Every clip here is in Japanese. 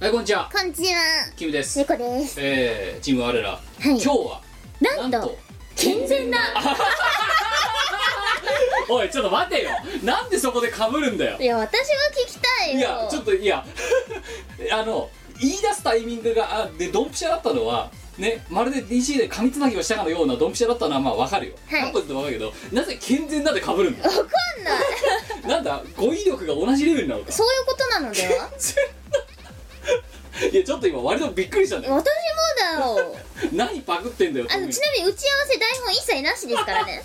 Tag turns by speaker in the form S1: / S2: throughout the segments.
S1: はいこんにちは
S2: こんにちは
S1: キムです
S2: 猫です
S1: えー、チーム我ら、今日は
S2: なんと
S1: なんと
S2: 健全な
S1: おいちょっと待てよなんでそこでかぶるんだよ
S2: いや私は聞きたいよ
S1: いやちょっといや あの言い出すタイミングがあでドンピシャだったのはねまるで DC で紙つなぎをしたかのようなドンピシャだったのはまあわかるよ、
S2: はい
S1: なんか言ってもわかるけどなぜ健全なんでかぶるんだ
S2: わかんない
S1: なんだ語彙力が同じレベルな のか
S2: そういうことなので はい
S1: やちょっと今割とびっくりしたんだ
S2: 私
S1: よ
S2: もだよ
S1: 何パクってんだよ
S2: あのちなみに打ち合わせ台本一切なしです からね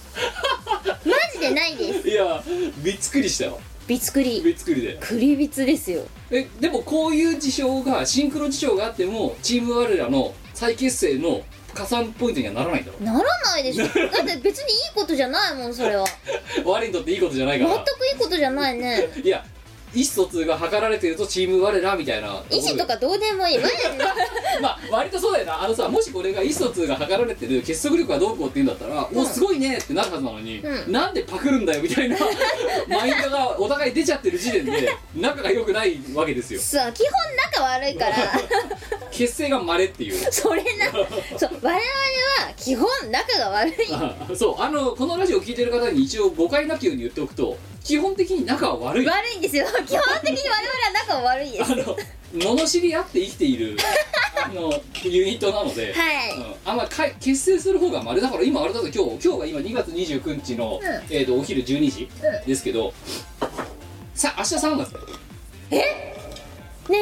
S2: マジでないです
S1: いやびっくりしたよ
S2: びつくり
S1: びっくりで
S2: くりびつですよ
S1: えでもこういう事象がシンクロ事象があってもチーム我らの再結成の加算ポイントにはならないんだろ
S2: ならないでしょだって別にいいことじゃないもんそれは
S1: 我にとっていいことじゃないか
S2: 全く
S1: ら
S2: いいことじゃないね
S1: いや意思疎通が図られてるとチーム我らみたいな
S2: 意思とかどうでもいいマジで
S1: まあ割とそうだよなあのさもしこれが意思疎通が図られてる結束力がどうこうって言うんだったら「
S2: うん
S1: おすごいね」ってなるはずなのに、
S2: うん
S1: なんでパクるんだよみ たいなマインドがお互い出ちゃってる時点で仲が良くないわけですよ
S2: そう基本仲悪い から
S1: 結成がまれっていう
S2: それなそう我々は基本仲が悪い
S1: あ そうあのこのラジオ聞いてる方に一応誤解なきように言っておくと基本的に仲は悪い あ
S2: 悪いんですよ 基本的に我々は仲が悪いです
S1: の罵り合って生きているあのユニットなので、
S2: はい
S1: うん、あんまかい結成する方がまれだから今あれだと今日今日が今2月29日の、
S2: うん
S1: えー、とお昼12時
S2: う
S1: ですけど、さ明日3月だよ
S2: ねえいつ2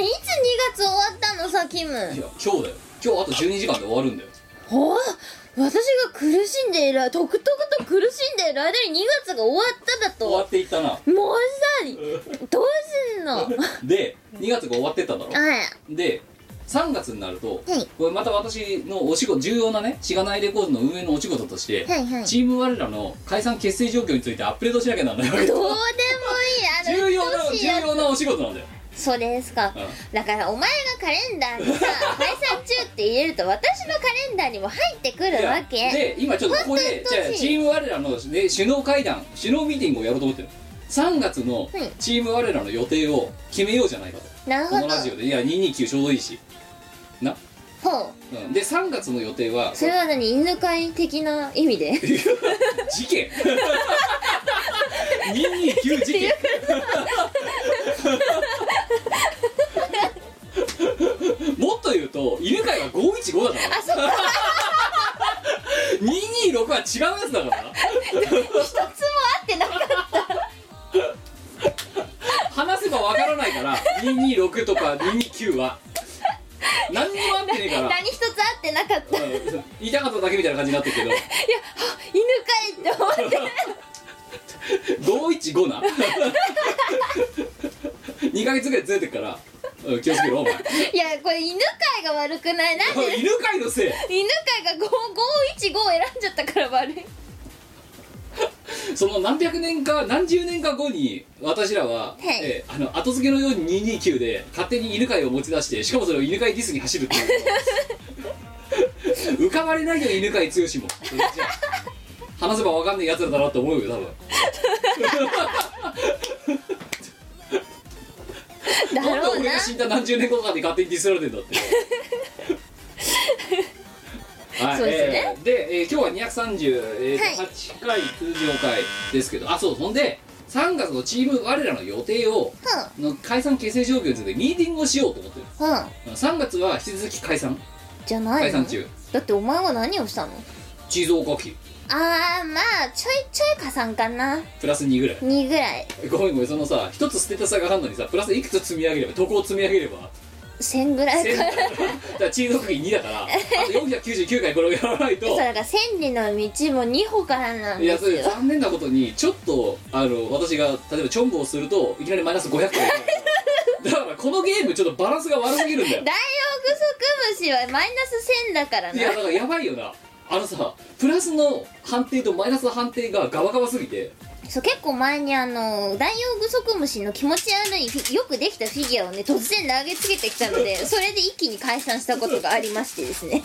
S2: 月終わったのさキム
S1: いや今日だよ今日あと12時間で終わるんだよ
S2: ほあ私が苦しんでいるとくとくと苦しんでいる間に2月が終わっただ
S1: 終わ
S2: と
S1: っていったな
S2: もうさどうすんのはい
S1: で2月が終わってっただろで3月になると、
S2: はい
S1: これまた私のお仕事重要なねしがないレコードの運営のお仕事として、
S2: はいはい
S1: チーム我らの解散結成状況についてアップデートしなきゃならないわけ
S2: どう
S1: よ
S2: でもいいあ
S1: 重要
S2: の
S1: な
S2: うっとうしい
S1: 重
S2: やつ
S1: 要なお仕事なんだよ
S2: そうですか、
S1: う
S2: だからお前がカレンダーにさ 「解散中」って入れると私のカレンダーにも入ってく
S1: い
S2: るわ
S1: や
S2: け
S1: で今ちょっとここで
S2: 本当
S1: じゃ
S2: に
S1: あチーム我らの、ね、首脳会談首脳ミーティングをやろうと思ってる3月の
S2: はい
S1: チーム我らの予定を決めようじゃないかと、
S2: なる
S1: こ
S2: ほ
S1: の
S2: ど
S1: ラジオでいや229ちょうどいいし、
S2: ほう
S1: うん、で3月の予定は
S2: それは何犬飼い的な意味で
S1: 事件 229事 件もっと言うと犬飼は515だから
S2: あ そっか
S1: 226は違うやつだからな
S2: 一つも合ってなかった
S1: 話せばわからないから226とか229は何にも合ってねえから
S2: 何一つ合ってなかったいや
S1: うん言いたかっただけみたいな感じになってるけど
S2: あ犬飼いって思って
S1: 515な2ヶ月ぐらいずれてるから、うん気をつけろお 前
S2: いやこれ犬飼いが悪くない なんで
S1: 犬飼いのせい
S2: 犬飼いが5 515を選んじゃったから悪い
S1: その何百年か何十年か後に私らは、
S2: はい
S1: えーあの後付けのように229で勝手に犬飼いを持ち出してしかもそれを犬飼いディスに走るっていう 浮かばれないよ犬飼い剛もそれじゃあ話せば分かんないやつらだなと思うよ多分
S2: だ
S1: なんで
S2: ろう
S1: 俺
S2: な
S1: が死んだ何十年後かで勝手にディスられてんだって はい、
S2: そうですね
S1: えーで、えー今日は238回通常回ですけど、あそうほんで3月のチーム我らの予定をの解散形成状況についてミーティングをしようと思ってる
S2: うんうん
S1: 3月は引き続き解散
S2: じゃない
S1: 解
S2: の
S1: 散中
S2: だってお前は何をしたの
S1: 静岡期
S2: あーまあちょいちょい加算かな
S1: プラス2ぐらい
S2: 2ぐらい
S1: ごめんごめんそのさ一つ捨てた差があるのにさプラスいくつ積み上げればどこを積み上げれば
S2: 1000ぐらい
S1: 1000
S2: か
S1: だからチーム期2だからあと499回これをやらないと
S2: そうだから千里の道も二歩からなん
S1: いや
S2: で
S1: そ
S2: す
S1: れ
S2: よ
S1: 残念なことにちょっとあの私が例えばチョンボをするといきなりマイナス500回になるだからこのゲームちょっとバランスが悪すぎるんだよ
S2: ダイオウグソクムシはマイナス1000だから
S1: い
S2: な
S1: やだからやばいよなあのさプラスの判定とマイナスの判定がガバガバすぎて
S2: そう結構前にあのダイオウグソクムシの気持ち悪いフィよくできたフィギュアをね突然投げつけてきたのでそれで一気に解散したことがありましてですね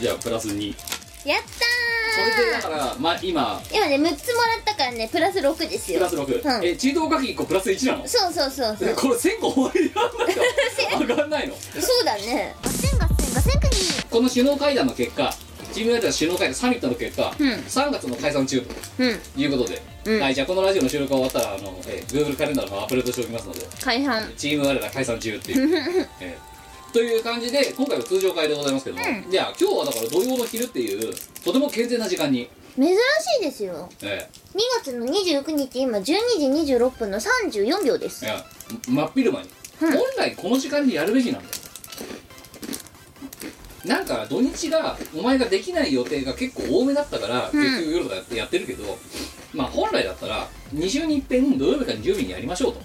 S1: じゃあプラス2
S2: やっ
S1: それでだから、まあ、今
S2: 今ね6つもらったからねプラス6です
S1: プ
S2: よ
S1: ラス6、
S2: うん
S1: え中等書き1個プラス1なの
S2: そうそうそうそう
S1: えこれ1000個終わり なんだよ上がんないの
S2: そうだねガセンガセンガセンク
S1: この首脳会談の結果チームメイトの首脳会談サミットの結果、
S2: うん
S1: 3月の解散中と
S2: ニーうん
S1: いうことで、
S2: うん
S1: はいじゃあこのラジオの収録が終わったらあの、えー Google カレンダーの方アップデートしておきますので
S2: 解散
S1: チーム我ら解散中っていう、えーという感じで今回は通常会でございますけども、
S2: う
S1: いや今日はだから土曜の昼っていうとても健全な時間に、
S2: 珍しいですよ
S1: え
S2: 2月の29日今12時26分の34秒です
S1: ーいや真っ昼間に、
S2: うん
S1: 本来この時間にやるべきなんだよなんか土日がお前ができない予定が結構多めだったから、
S2: うん
S1: 結局夜とかやってやってるけどまあ本来だったら2週に一遍土曜日から準備にやりましょうと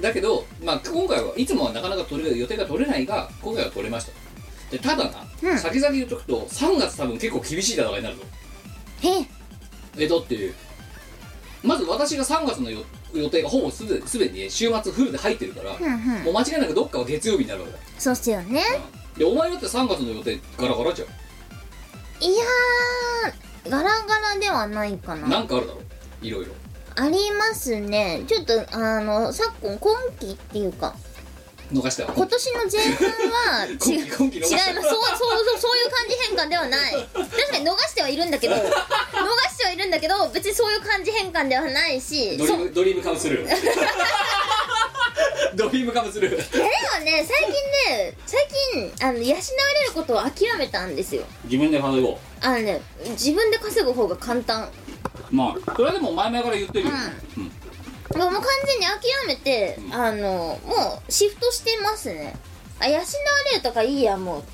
S1: だけど、まあ、今回はいつもはなかなか取れる予定が取れないが今回は取れましたでただな、
S2: うん
S1: 先々言っとくと3月多分結構厳しい戦いになると
S2: へえ
S1: えだってまず私が3月の予予定がほぼすべすべに週末フルで入ってるから、
S2: うんうん
S1: もう間違いなくどっかは月曜日になるわけだ
S2: そうっすよね
S1: でお前だって3月の予定ガラガラじゃん
S2: いやーガラガラではないかな
S1: なんかあるだろいろいろ
S2: ありますねちょっとあの昨今今期っていうか
S1: 逃したわ
S2: 今年の前半は違
S1: 今
S2: う
S1: 期
S2: 違い
S1: 今期
S2: ま
S1: 逃
S2: す
S1: し
S2: そ
S1: た
S2: うそうそうそういう感じ変換ではない確かに逃してはいるんだけど逃してはいるんだけど別にそういう感じ変換ではないし
S1: ドリ
S2: そ
S1: ームドリームカムす るドリームカムする
S2: あれはね最近ね最近あの養われることを諦めたんですよ
S1: 自分で稼ごう
S2: あのね自分で稼ぐ方が簡単
S1: まあそれはでも前々から言ってるよ、うん
S2: もうもう完全に諦めてあのもうシフトしてますねあ養われるとかいいやも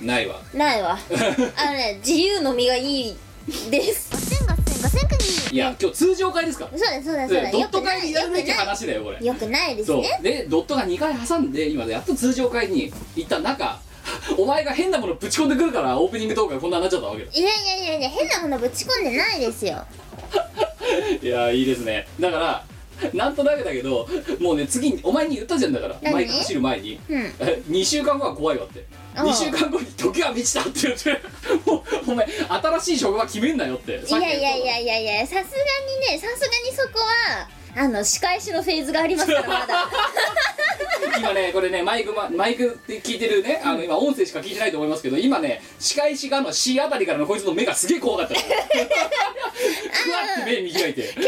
S1: ないわ
S2: うな いわあのね自由の身がいいですガセンガセンガセンク
S1: いや今日通常会ですから
S2: そうだそうだそうだ
S1: でド
S2: よ
S1: ッ
S2: く
S1: ト
S2: な
S1: 会
S2: い
S1: に
S2: よ
S1: や
S2: く
S1: るべ
S2: な
S1: き
S2: い
S1: 話だよこれ
S2: よくないです
S1: そう
S2: ね
S1: でドットが2回挟んで今やっと通常会に一旦なんか お前が変なものぶち込んでくるからオープニングトークがこんなになっちゃったわけだ
S2: いやいやいやいや変なものぶち込んでないですよ
S1: いやーいいですねだからなんとなくだけどもうね次にお前に言ったじゃんだから
S2: 何
S1: マイク走る前に
S2: うん
S1: 2週間後は怖いわって
S2: ああ
S1: 2週間後に時は満ちたって言って もうお前新しい職場決めんなよって
S2: いやいやいやいやいやさすがにねさすがにそこはあの仕返しのフェーズがありますからま だ
S1: 今ねこれねマイクまマイクって聞いてるねあの今音声しか聞いてないと思いますけど今ね仕返しがの C あたりからのこいつの目がすげえ怖か ったからふわって目見開いて
S2: 結構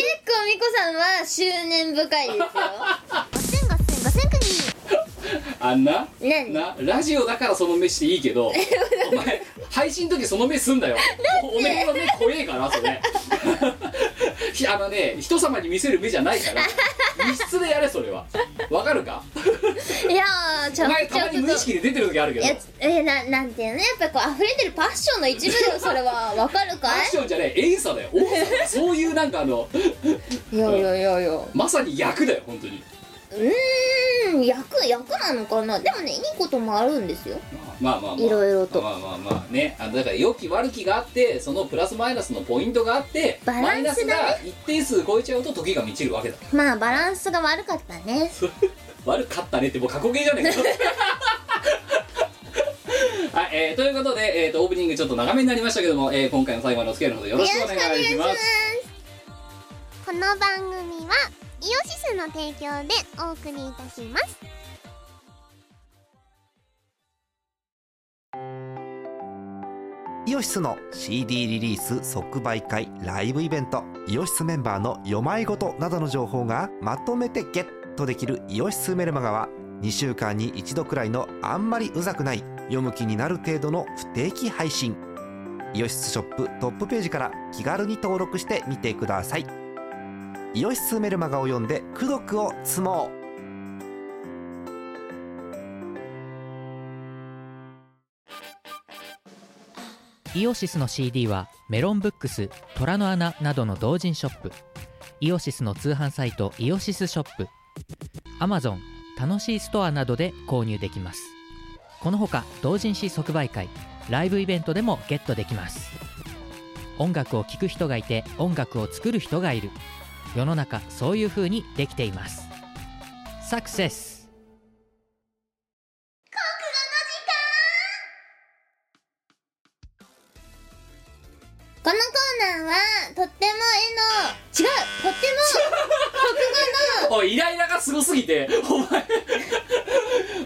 S2: 美子さんは執念深い ですよガセンガセンガセンク
S1: あんな
S2: ニー何
S1: なラジオだからその目していいけ どお前配信の時その目すんだよおおめえの目怖えからそれ ひあのね人様に見せる目じゃないから密室でやれそれはわかるか
S2: いやーち
S1: お
S2: ょ
S1: 前
S2: ち
S1: た
S2: ょ
S1: ま
S2: っ
S1: に無意識で出てる時あるけ
S2: と
S1: ど
S2: いやえななんていうのやっぱこう溢れてるパッションの一部でも それはわかる
S1: ア
S2: か
S1: クションじゃねえ演さだよ多さだよそういうなんかあの
S2: いいやいやいやいや
S1: まさに役だよ本当に
S2: うーん役役なのかなでもねいいこともあるんですよ
S1: まあまあまあ
S2: いろいろと
S1: まあまあまあねあだから良き悪きがあってそのプラスマイナスのポイントがあって
S2: バランスだね
S1: マイナスが一定数超えちゃうと時が満ちるわけだ
S2: まあバランスが悪かったね
S1: 悪かったねってもう過去形じゃねえ かはい、えー、ということで、えー、とオープニングちょっと長めになりましたけども、えー、今回の最後までお付き合いのほどよろしくお願いします
S3: この番組はイオシスの提供でお送りいたします
S4: イオシスの CD リリース即売会ライブイベントイオシスメンバーの読まいごとなどの情報がまとめてゲットできる「イオシスメルマガ」は2週間に1度くらいのあんまりうざくない読む気になる程度の不定期配信イオシスショップトップページから気軽に登録してみてくださいイオシスメルマガを読んで「功徳を積もう」
S5: イオシスの CD はメロンブックス虎の穴などの同人ショップイオシスの通販サイトイオシスショップ Amazon 楽しいストアなどで購入できますこのほか同人誌即売会ライブイベントでもゲットできます音楽を聴く人がいて音楽を作る人がいる世の中そういう風にできていますサクセス
S2: このはとっても絵の違うとっても
S1: おいイライラがすごすぎてお前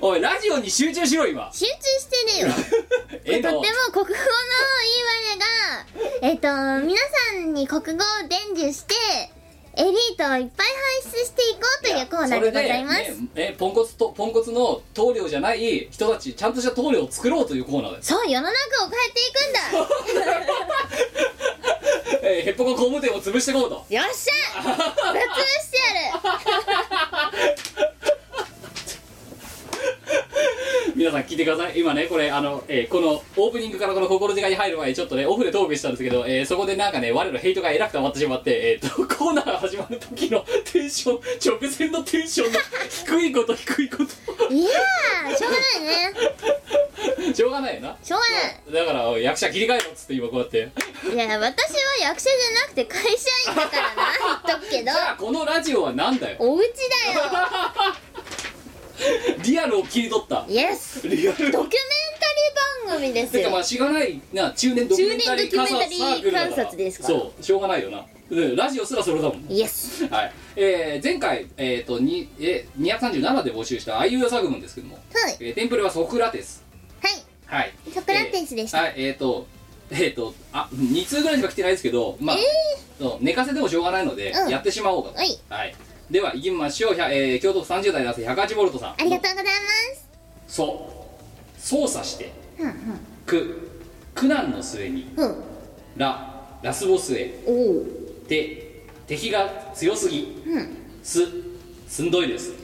S1: おいラジオに集中しろ今
S2: 集中してるよ
S1: 絵
S2: と
S1: の
S2: っても国語の言い訳がえっ、と皆さんに国語を伝授してエリートをいっぱい輩出していこうというコーナーでございます、
S1: それでねえポンコツとポンコツの棟梁じゃない人たちちゃんとした棟梁を作ろうというコーナーです
S2: そう世の中を変えていくんだ
S1: えー、ヘッポコ工務店を潰していこうと
S2: よっしゃぶっ潰してやる
S1: 皆さん聞いてください今ねこれあの、えーこのオープニングからこの心遣いに入る前にちょっとねオフでトークしたんですけど、えーそこでなんかね我のヘイトが偉くて終わってしまって、えー、とコーナーが始まる時のテンション直前のテンションの低いこと低い こと
S2: いやーしょうがないね
S1: しょうがないよな
S2: しょう
S1: だからおい役者切り替えろっつって今こうやって
S2: がないいや私は役者じゃなくて会社員だからな言っとくけ ど
S1: じゃあこのラジオは何だよ
S2: お家だ よ
S1: リアルを切り取った
S2: イエス
S1: リアル
S2: ドキュメンタリー番組です
S1: てかま
S2: よ
S1: あしがないな中年ドキュメンタリー
S2: 中
S1: 観
S2: 年ドキュメンタ
S1: 察
S2: リー
S1: サークルだから
S2: 観察ですから
S1: そうしょうがないよなでラジオすらそれだもん
S2: イエス
S1: はい、えー前回、えー、とにえー237で募集した「あいうや作文」ですけども、
S2: はい
S1: えーテンプレはソクラテス
S2: はい
S1: はい
S2: ソクラテスでした
S1: えーはいえっ、とえっ、とあ2通ぐらいしか来てないですけどまあ、そう寝かせてもしょうがないので、
S2: うん
S1: やってしまおうかと
S2: はい、
S1: では行きましょう、ひゃえー、京都府30代男性108ボルトさん
S2: ありがとうございます
S1: そう操作して
S2: うん
S1: 苦苦難の末に
S2: うんうん
S1: ララスボスへ
S2: おお
S1: で敵が強すぎ、
S2: うん
S1: すすんどいです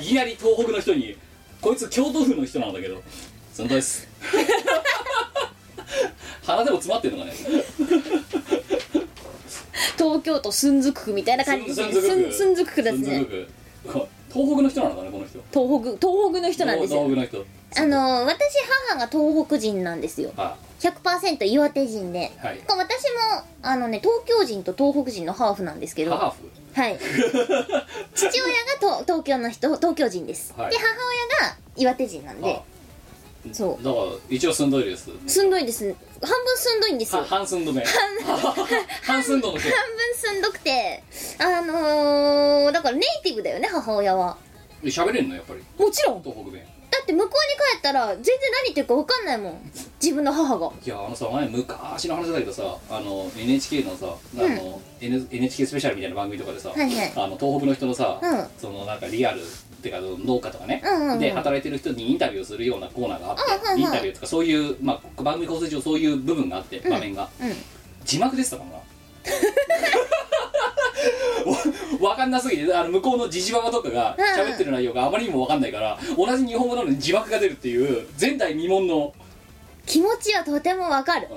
S1: いきなり東北の人にこいつ京都府の人なんだけどすんどいっす 鼻でも詰まってるのかね
S2: 東京都寸ずく区みたいな感じですね寸寸ずく区ですね
S1: く東北の人なのかねこの人
S2: 東北東北の人なんですよ
S1: 東東北の人
S2: あの私母が東北人なんですよ
S1: あ
S2: 100%岩手人で、
S1: はい
S2: 私もあのね東京人と東北人のハーフなんですけど
S1: ハ
S2: は
S1: ーフ
S2: い父親がと東京の人東京人です、
S1: はい
S2: で母親が岩手人なんで
S1: あ
S2: そう
S1: だから一応すんどいです
S2: すんどいです半分すんどいんですよ
S1: は半寸止 め半寸止めの人
S2: 半分すんどくてあのー、だからネイティブだよね母親は
S1: 喋れんのやっぱり
S2: もちろんだ
S1: 東北弁
S2: って向こうに帰ったら全然何言ってるか分かんないもん自分の母が
S1: いやあのさ前昔の話だけどさあの NHK のさ、あの N NHK スペシャルみたいな番組とかでさ、
S2: はいはい
S1: あの東北の人のさ、
S2: うん
S1: そのなんかリアルってか農家とかね、
S2: うんうんうん
S1: で働いてる人にインタビューするようなコーナーがあって、
S2: うんはいはい
S1: インタビューとかそういう、まあ、番組構成上そういう部分があって場面が、
S2: うん
S1: 字幕でしたからな わわかんなすぎてあの向こうのジジババとかが
S2: うんうん
S1: 喋ってる内容があまりにもわかんないから同じ日本語なのに字幕が出るっていう前代未聞の
S2: 気持ちはとても分かる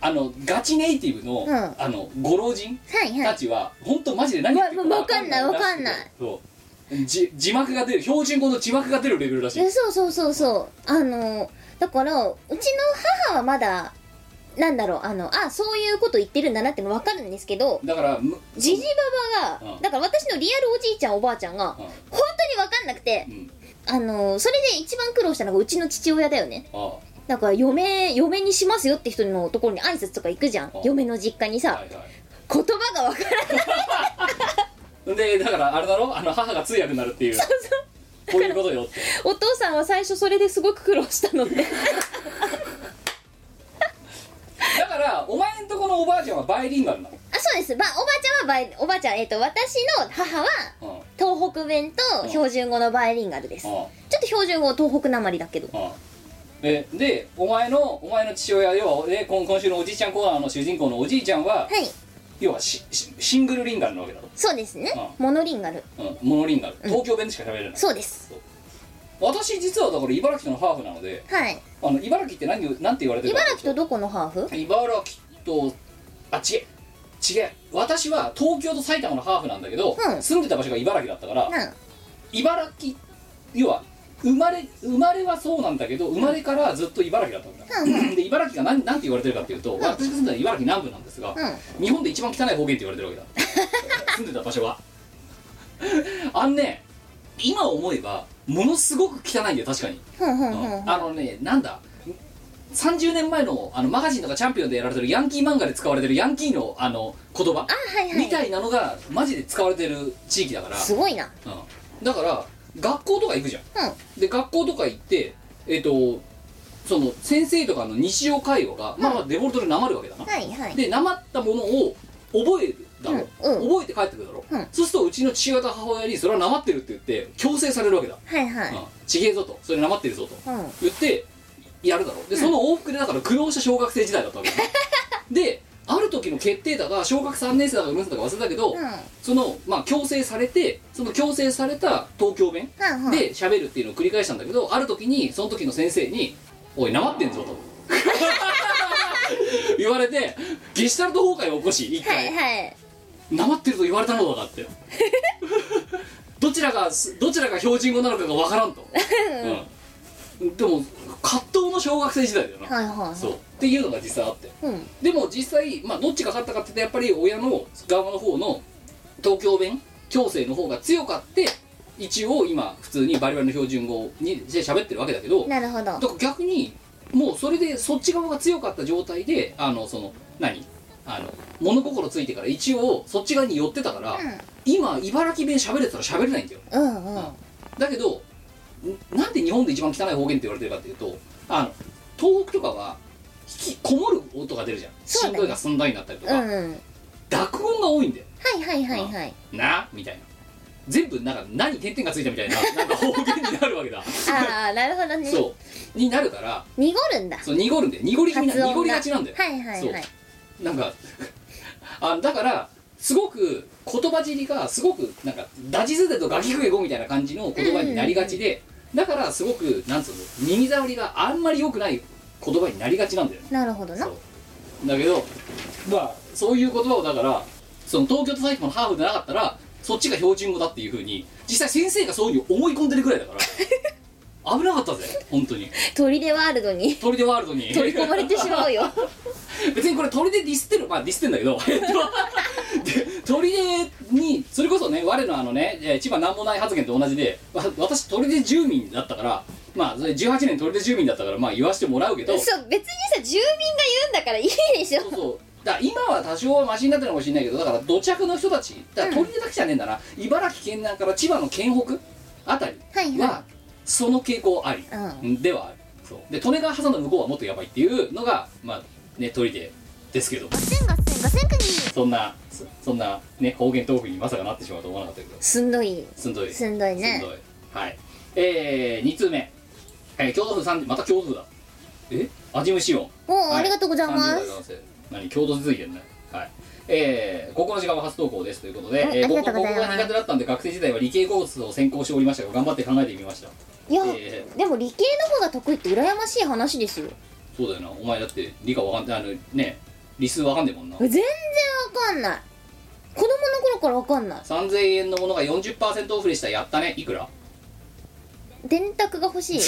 S1: あのガチネイティブの、
S2: うん
S1: あのご老人
S2: はいは
S1: た
S2: い
S1: ちは本当マジで何言ってる
S2: わわかんない
S1: わそうじ字幕が出る標準語の字幕が出るレベルらしい
S2: いやそうそうそうそうあのだからうちの母はまだなんだろうあのあそういうこと言ってるんだなっての分かるんですけど
S1: だからむ
S2: ジジババが、
S1: うん
S2: だから私のリアルおじいちゃんおばあちゃんが、
S1: うん
S2: 本当に分かんなくて
S1: う、ん
S2: あのそれで一番苦労したのがうちの父親だよね
S1: あ
S2: だから嫁嫁にしますよって人のところに挨拶とか行くじゃん
S1: あ
S2: 嫁の実家に
S1: あ
S2: さ、
S1: はいは
S2: 言葉が分からない
S1: いでだからあれだろあの母が通訳になるっていうこういうことよって
S2: お父さんは最初それですごく苦労したので
S1: だからお前んとこのおばあちゃんはバイリンガルな
S2: あそうです、まあ、おばあちゃんはバイおばあちゃんえっ、と私の母は
S1: のうん
S2: 東北弁と標準語のバイリンガルです、
S1: うん
S2: ちょっと標準語東北なまりだけど
S1: うんえでお前のお前の父親要はで今今週のおじいちゃんコーナーの主人公のおじいちゃんは、
S2: はい
S1: 要はシシシングルリンガルなわけだろ、
S2: そうですね
S1: あ
S2: モノリンガル
S1: うん、モノリンガル東京弁しか喋れない、
S2: そうです
S1: 私実はだから茨城とのハーフなので
S2: はい
S1: あの茨城って何をなんて言われてるか
S2: 茨城とどこのハーフ
S1: 茨城とあち違う私は東京と埼玉のハーフなんだけど、
S2: うん
S1: 住んでた場所が茨城だったから、
S2: なん
S1: 茨城要は生まれ生まれはそうなんだけど生まれからずっと茨城だったんだ、で茨城が何なんて言われてるかっていうと、私が住んでた茨城南部なんですが、
S2: う
S1: 日本で一番汚い方言って言われてるわけ だ住んでた場所はあんね今思えばものすごく汚いんだよ確かに、
S2: ふんふんふん
S1: うんあのねなんだ30年前のあのマガジンとかチャンピオンでやられてるヤンキー漫画で使われてるヤンキーのあの言葉
S2: あはい
S1: み
S2: は
S1: た
S2: い
S1: いなのがマジで使われてる地域だから、
S2: すごいな
S1: うん、だから学校とか行くじゃん
S2: うん
S1: で学校とか行ってえっ、とその先生とかの日常会話が、まあまあデフォルトでなまるわけだな、
S2: はいはい
S1: でなまったものを覚えるだろ、
S2: うんうん
S1: 覚えて帰ってくるだろ、
S2: うん
S1: そうするとうちの父親と母親にそれはなまってるって言って強制されるわけだ、
S2: はいはい
S1: うん、ちげえぞとそれなまってるぞと
S2: うん
S1: 言ってやるだろでその往復でだから苦悩した小学生時代だったわけだである時の決定打が小学3年生だか4年生だか忘れたけど、
S2: うん
S1: そのまあ強制されてその強制された東京弁
S2: はいはい
S1: で喋るっていうのを繰り返したんだけどある時にその時の先生に「おいなまってん ぞ」と言われてゲシュタルト崩壊を起こし一
S2: はい
S1: 回
S2: はい
S1: なまってると言われたのだがってどちらがどちらが標準語なのかがわからんと、うん、でも葛藤の小学生時代だよな、
S2: はいはい
S1: そうっていうのが実際あって
S2: うん
S1: でも実際、まあ、どっちが勝ったかって言ったらやっぱり親の側の方の東京弁強制の方が強かって一応今普通にバリバリの標準語にで喋ってるわけだけどだか
S2: なるほど
S1: ら逆にもうそれでそっち側が強かった状態であのその何あの物心ついてから一応そっち側に寄ってたから、今茨城弁喋れてたら喋れないんだよ
S2: うんうんうん
S1: だけどんなんで日本で一番汚い方言って言われてるかっていうとあの東北とかは引きこもる音が出るじゃん、
S2: そ
S1: し
S2: うだ
S1: ん
S2: ね
S1: どいがすんどいになったりと
S2: う
S1: か、
S2: んうん
S1: 濁音が多いんだよ
S2: はいはいはいはい
S1: なみたいな全部なんか何点々がついたみたいななんか方言になるわ けだ
S2: ああなるほどね
S1: そうになるから
S2: 濁るんだ
S1: そう濁るんで濁り気味な
S2: 発音が
S1: 濁りがちなんだよ、
S2: はいはいはい
S1: なんかあだからすごく言葉尻がすごくなんかダジズデとガキフエゴみたいな感じの言葉になりがちで、だからすごくなんつうの耳障りがあんまり良くない言葉になりがちなんだよね
S2: なるほどな
S1: そうだけどまあそういう言葉をだからその東京と埼玉のハーフでなかったらそっちが標準語だっていうふうに実際先生がそういうふうに思い込んでるぐらいだから 危なかったぜ本当に
S2: 砦ワールド に
S1: 砦ワールドに
S2: 取り込まれてしまうよ
S1: 別にこれ鳥でディスってるまあディスってんだけど えっとで鳥でにそれこそね我のあのねえー千葉なんもない発言と同じでわ私鳥で住民だったからまあそれ18年鳥で住民だったからまあ言わしてもらうけどそう
S2: そう別にさ住民が言うんだからいいでしょ
S1: そうだから今は多少はマシになってるのかもしれないけどだから土着の人たちだから鳥でだけじゃねえんだな、茨城県南から千葉の県北あたり
S2: はいは
S1: はその傾向あり、ではあるそうで利根川挟んだ向こうはもっとやばいっていうのがまあね鳥でですけど
S3: ガセンガセンガセンクニー
S1: そんなそそんなね方言トークにまさかなってしまうと思わなかったけど
S2: いすんどい
S1: すんどい
S2: すんどい
S1: すん
S2: ね
S1: どいはいえー、2通目、えー、京都府三また京都府だえ味無シオン
S2: おおありがとうございま
S1: 30代
S2: す
S1: 男性何京都続いてるねはいえー、高校の時間は初投稿ですということで、
S2: はい
S1: えー
S2: あり
S1: 高校
S2: がとう
S1: 高
S2: ござい
S1: 校
S2: ます
S1: が苦手だったんで学生時代は理系コースを専攻しておりましたが頑張って考えてみました
S2: いや、
S1: え
S2: でも理系の方が得意って羨ましい話ですよ
S1: そうだよなお前だって理科わかんないあのね理数わかんねえもんな
S2: 全然わかんない子供の頃からわかんない
S1: 3000円のものが40%オフでしたやったねいくら
S2: 電卓が欲しい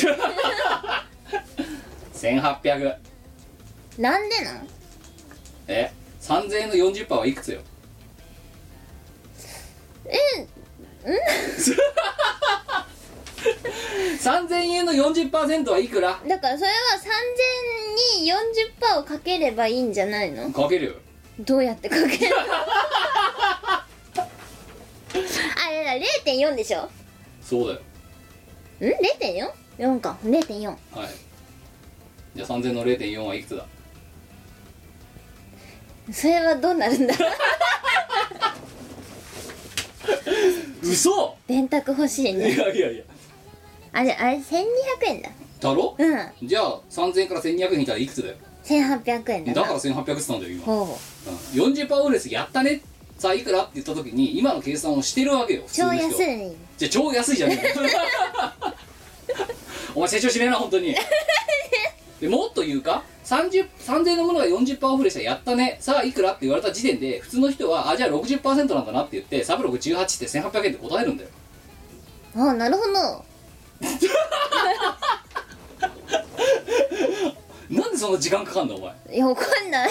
S1: 1800
S2: なんでなん
S1: え3000円の40%はいくつよえん3000円の40%はいくら
S2: だからそれは3000に40%をかければいいんじゃないの
S1: かけるよ
S2: どうやってかけるのあれだ0.4でしょ
S1: そうだよ
S2: ん ?0.4?4 か0.4
S1: はいじゃあ3000の0.4はいくつだ
S2: それはどうな るんだ
S1: 嘘
S2: 電卓欲しい
S1: い
S2: ね
S1: やいやいや
S2: あれあれ1200円だ
S1: だろ
S2: うん
S1: じゃあ3000円から1200円いたらいくつだよ
S2: 1800円だ
S1: だ
S2: な
S1: から1800っつったんだよ今、
S2: ほ
S1: うん、40%オフレスやったねさあいくらって言った時に今の計算をしてるわけよ
S2: う超
S1: 普通の
S2: 安
S1: 人
S2: い
S1: じゃあ超安いじゃねえかお前成長しねえな本当にでもっと言うか30 3000円のものが40%オフでしたやったねさあいくらって言われた時点で普通の人はあじゃあ60%なんだなって言ってサブログ18って1800円って答えるんだよ
S2: あなるほど
S1: なんでそんな時間かかんのお前
S2: いやわかんない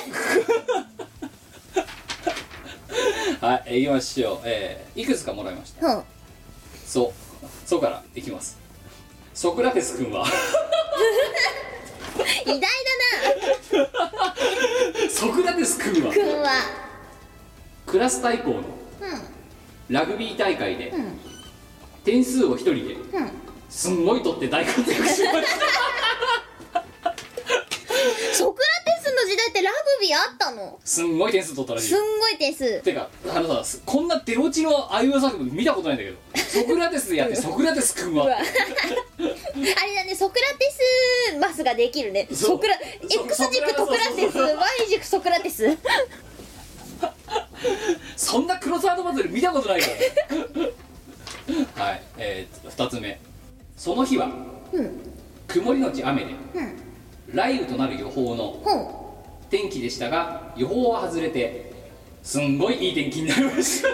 S1: はいえー行きましょうえーいくつかもらいました
S2: ほう
S1: そうそうからいきますソクラテス君は
S2: い偉大だ
S1: ソクラテス君は
S2: くんは
S1: クラス対抗のラグビー大会で点数を一人で
S2: うんうん
S1: すんごい取って大活躍しました
S2: ソクラテスの時代ってラグビーあったの
S1: すんごい点数取ったらしい
S2: すんごい点数
S1: てかあのさこんな出落ちの歩夢作文見たことないんだけどソクラテスでやってソクラテス君は
S2: うわあれだねソクラテスマスができるね
S1: そう
S2: ソクラ
S1: そう
S2: X 軸
S1: ソ
S2: ソ
S1: ク
S2: ク
S1: ラ
S2: ラ
S1: テ
S2: テ
S1: ス
S2: ス Y 軸ソクラテス
S1: そんなクロスワードバトル見たことないからはいえー、2つ目その日は、
S2: うん
S1: 曇りのち雨で、
S2: うん
S1: 雷雨となる予報の
S2: ほ
S1: 天気でしたが予報は外れてすんごいいい天気になりました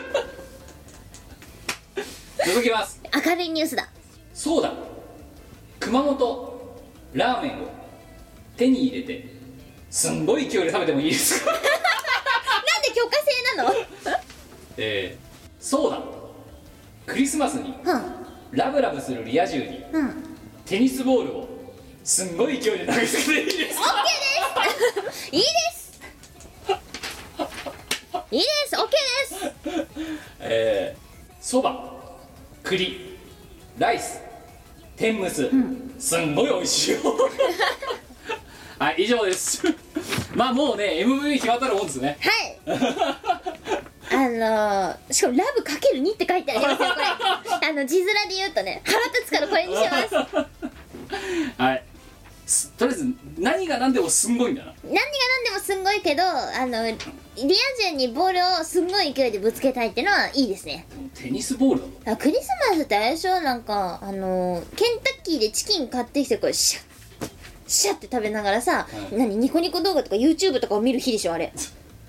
S1: 続きます
S2: う明るいニュースだ
S1: そうだ熊本ラーメンを手に入れてすんごい勢いで食べてもいいですか
S2: なんで許可制なの
S1: えー、そうだクリスマスにラブラブするリア充に
S2: うんうん
S1: テニスボールをすんごい勢いで投げつけていいですか
S2: いいですいいです OK です
S1: えーそば栗ライス天むす、すんごい美味 しいよ はい以上です まあもうね MV 決まったらもんですね
S2: はいあのー、しかも「ラブかける2」って書いてありますよこれあの字面で言うとね腹立つからこれにします何 が
S1: はいすとりあえず何が何でもすんごいんだな
S2: 何でもすんごいけどあのリア充にボールをすんごい勢いでぶつけたいってのはいいですね
S1: テニスボールだろ
S2: あクリスマスって相性なんかあのーケンタッキーでチキン買ってきてこれシャッシャッって食べながらさ、
S1: うん
S2: 何ニコニコ動画とか YouTube とかを見る日でしょ あれ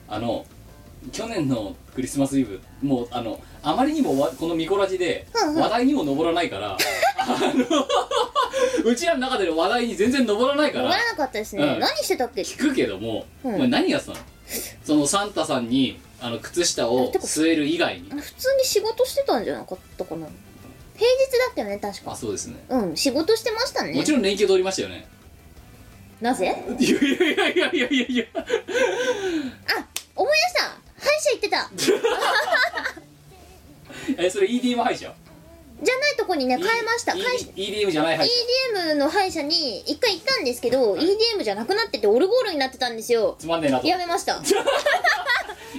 S1: あの去年のクリスマスイブもうあのあまりにもわこのミコラジで
S2: うんうん
S1: 話題にも上らないから、あの うちらの中での話題に全然上らないか
S2: わ
S1: ら
S2: からなかったですね、
S1: うん
S2: 何してたっけ
S1: 聞くけども、
S2: うん
S1: お前何やってたのそのサンタさんにあの靴下を据える以外に
S2: 普通に仕事してたんじゃなかったかな平日だったよね確
S1: あ
S2: か
S1: そうですね
S2: うん仕事してましたね
S1: もちろん連休通りましたよね
S2: なぜ
S1: いやいやいやいやいやいや
S2: あ思い出した歯医者行ってた
S1: えそれ EDM 歯医者
S2: じゃないとこ にね
S1: E-
S2: 変えました会
S1: EDM じゃない歯医者
S2: EDM の歯医者に一回行ったんですけど EDM じゃなくなっててオルゴールになってたんですよ
S1: つまんねえなと
S2: やめました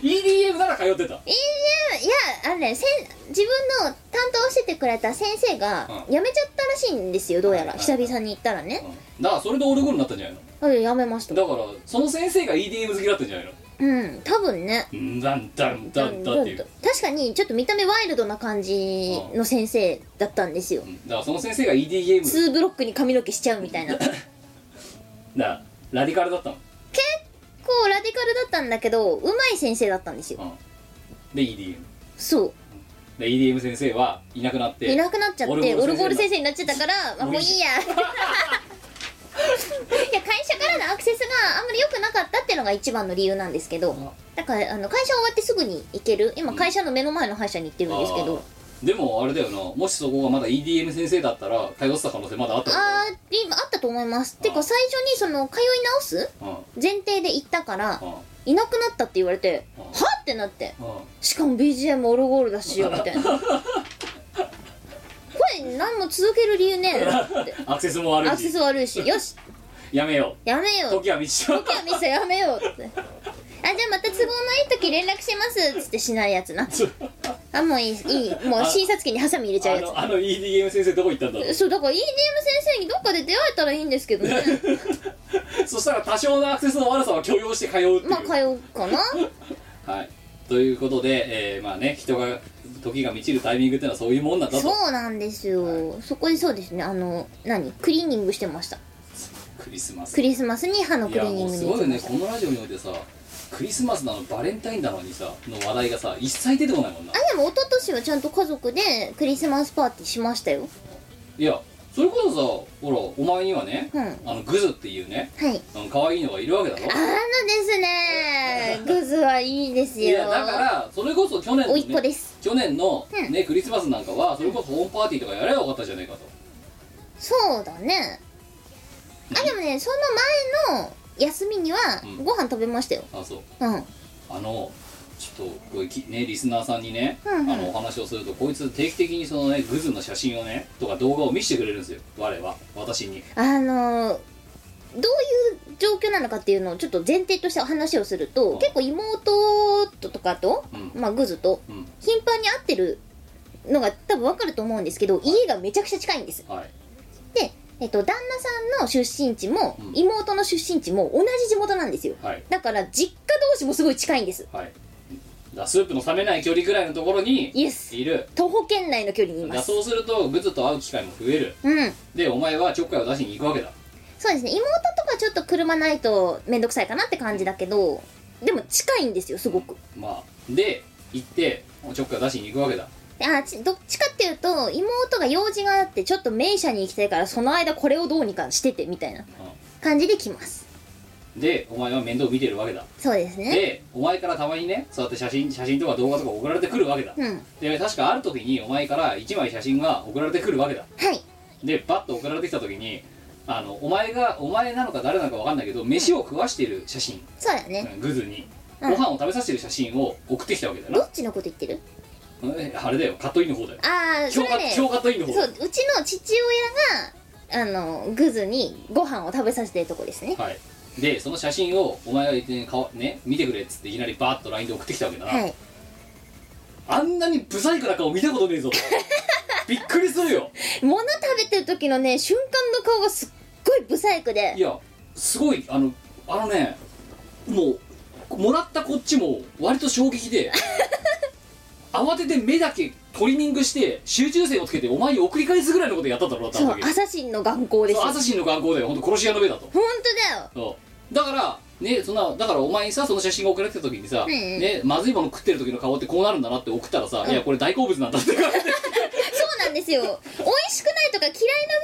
S1: EDM なら通ってた
S2: EDM いやあのねせん自分の担当しててくれた先生が
S1: うん
S2: 辞めちゃったらしいんですよどうやら
S1: はいはいは
S2: 久
S1: い
S2: 々に行ったらね
S1: うんだからそれでオルゴールになったんじゃないの
S2: あれ辞めました
S1: だからその先生が EDM 好きだったんじゃないの
S2: うん多分ね
S1: うんだんだんだんだっていう、
S2: 確かにちょっと見た目ワイルドな感じの先生だったんですよ
S1: うんだからその先生が EDM
S2: 2ブロックに髪の毛しちゃうみたい な結
S1: だラディカルだったの、
S2: 構ラディカルだったんだけどうまい先生だったんですよ
S1: うん、で EDM
S2: そ
S1: で EDM 先生はいなくなっ
S2: う
S1: て
S2: いなくなっちゃってオ
S1: オル
S2: ル
S1: ゴー
S2: ゴー
S1: ル
S2: ル
S1: 先
S2: 先生になっちゃったから、まあ、
S1: もう
S2: もう
S1: い
S2: い
S1: い
S2: いやいや会社からのアクセスがあんまり良くなかったっていうのが一番の理由なんですけど
S1: あ
S2: だからあの会社終わってすぐに行ける今会社の目の前の歯医者に行ってるんですけど
S1: あーでもあれだよなもしそこがまだ EDM 先生だったら通ってた可能性まだあったの
S2: あー今あったと思いますて
S1: あ
S2: か
S1: ー
S2: 最初にその通い直す
S1: うんうん
S2: 前提で行ったからいなくなったって言われて
S1: あ
S2: は
S1: ー
S2: ってなって
S1: うん
S2: しかも BGM オルゴールだしよみたいな これ何も続ける理由ねえなって
S1: アクセスも悪
S2: ア
S1: い
S2: クセ
S1: し
S2: ス悪いしよし
S1: やめよ
S2: やめ
S1: う
S2: よう
S1: 時は満ちた
S2: 時はミスやめようってあじゃあまた都合のいい時連絡しますっつってしないやつなあもういいいいもう診察機にハサミ入れちゃ
S1: あ
S2: うや
S1: のあの EDM 先生どこ行ったんだろ
S2: つそうだから EDM 先生にどっかで出会えたらいいんですけどね
S1: うそしたら多少のアクセスの悪さは許容して通うっていう、
S2: まあ通うかな
S1: はい、ということで、えーまあね人が時が満ちるタイミングっていうのはそういうもんなんだと
S2: そうなんですよそこでそうですねあの何クリーニングしてました
S1: クリスマス
S2: クリスマスに歯
S1: い
S2: のク
S1: や
S2: リーニ
S1: も
S2: ン
S1: う
S2: グ
S1: す
S2: に行
S1: ご
S2: き
S1: い
S2: ま
S1: ね
S2: した
S1: このラジオにおいてさクリスマスなのバレンタインなのにさの話題がさ一切出てこないもんな
S2: あでも一昨年はちゃんと家族でクリスマスパーティーしましたよ
S1: いやそれこそさほらお前にはね、
S2: うん
S1: あのグズっていうね
S2: はい
S1: あの可愛いのがいるわけだろ
S2: あのです ねグズはいいです
S1: い
S2: よ
S1: やだからそれこそ去年の、
S2: おいっ子です
S1: 去年の
S2: うん
S1: ね、クリスマスなんかはそれこそホームパーティーとかやればよかったじゃないかと
S2: そうだねあでもねその前の休みには
S1: うん
S2: ご飯食べましたよ
S1: あそう
S2: うんうん
S1: あのちょっとこれきねリスナーさんにね、
S2: うんうん
S1: あのお話をするとこいつ定期的にそのねグズの写真をねとか動画を見せてくれるんですよ我は私に
S2: あのーどういう状況なのかっていうのをちょっと前提として話をすると
S1: あ
S2: 結構妹ととかと、
S1: うん
S2: まあグズと
S1: うん
S2: 頻繁に会ってるのが多分わかると思うんですけど家がめちゃくちゃ近いんです
S1: はい
S2: で、えっと、旦那さんの出身地も
S1: うん
S2: 妹の出身地も同じ地元なんですよ
S1: はい
S2: だから実家同士もすごい近いんです
S1: はいだスープの冷めない距離くらいのところに
S2: イエス
S1: いる
S2: 徒歩圏内の距離にいま
S1: だ
S2: す
S1: そうするとグズと会う機会も増える
S2: うん
S1: でお前はちょっかいを出しに行くわけだ
S2: そうですね妹とかちょっと車ないと面倒くさいかなって感じだけどでも近いんですよすごく
S1: まあで行ってちょっかいを出しに行くわけだ
S2: であちどっちかっていうと妹が用事があってちょっと名車に行きたいからその間これをどうにかしててみたいな感じで来ます
S1: でお前は面倒見てるわけだ
S2: そうですね
S1: でお前からたまにねそうやって写真写真とか動画とか送られてくるわけだ
S2: うん
S1: で確かある時にお前から1枚写真が送られてくるわけだ
S2: はい
S1: でバッと送られてきた時にあのお前がお前なのか誰なのか分かんないけど飯を食わしてる写真、
S2: そうだね
S1: うんグズに
S2: う
S1: ご
S2: ん
S1: 飯を食べさせてる写真を送ってきたわけだ
S2: ど
S1: な、
S2: っちのこと言ってる
S1: えあれだよカットインの方だよ
S2: ああそ
S1: 強
S2: れ
S1: カ
S2: ね
S1: 強カットインの方
S2: そ
S1: だ
S2: う
S1: よ
S2: うちの父親があのグズにご飯を食べさせてるとこですね
S1: はいでその写真をお前が、ねかわね、見てくれっつっていきなりバーッと LINE で送ってきたわけだな、
S2: はい
S1: あんなにブサイクな顔見たことねえ ぞびっくりするよ
S2: 物食べてる時のね瞬間の顔がすっごいブサイクで
S1: いやすごいあのあのねもうもらったこっちも割と衝撃 で慌てて目だけトリミングして集中線をつけてお前に送り返すぐらいのことやったんだろうな多
S2: そう
S1: 分
S2: アサシンの眼光です
S1: そう
S2: よ
S1: アサシンの眼光だよ本当殺し屋の目だと
S2: 本当だよ
S1: そうだからねそんなだからお前にさその写真が送られてた時にさ、
S2: うんうん
S1: ね、まずいもの食ってる時の顔ってこうなるんだなって送ったらさ、いやこれ大好物なんだって言われて
S2: そうなんですよ美味しくないとか嫌い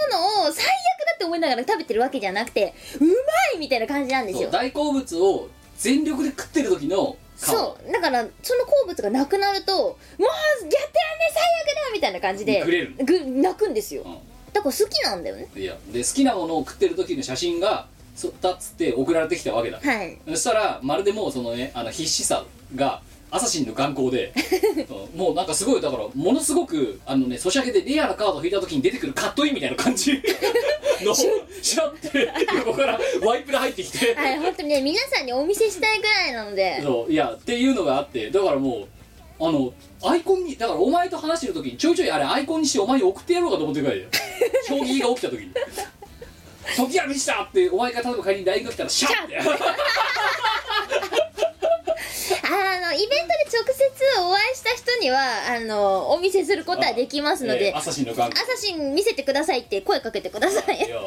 S2: なものを最悪だって思いながら食べてるわけじゃなくてうまいみたいな感じなんです
S1: そう
S2: よ
S1: 大好物を全力で食ってる時の顔
S2: そうだからその好物がなくなるともうやってらんねえ最悪だみたいな感じで
S1: ぐれる
S2: ぐ泣くんですよ
S1: うん
S2: だから好きなんだよね
S1: いやで好きなものを食ってる時の写真がそだっつって送られてきたわけだ
S2: はい
S1: そしたらまるでもうそのねあの必死さがアサシンの眼光で うんもうなんかすごいだからものすごくあのねソシャゲでレアなカードを引いた時に出てくるカットインみたいな感じのシャって横からワイプで入ってきて
S2: はい本当にね皆さんにお見せしたいぐらいなので
S1: そういやっていうのがあってだからもうあのアイコンにだからお前と話してる時にちょいちょいあれアイコンにしてお前に送ってやろうかと思ってるぐらいだよ衝撃が起きた時に「時は満ちた!」ってお前が例えば仮に LINE が来たらシャッって
S2: あのイベントで直接お会いした人にはあのお見せすることはできますの
S1: え
S2: で
S1: ー朝日の感覚
S2: 朝シン見せてくださいって声かけてくださ
S1: い
S2: い
S1: や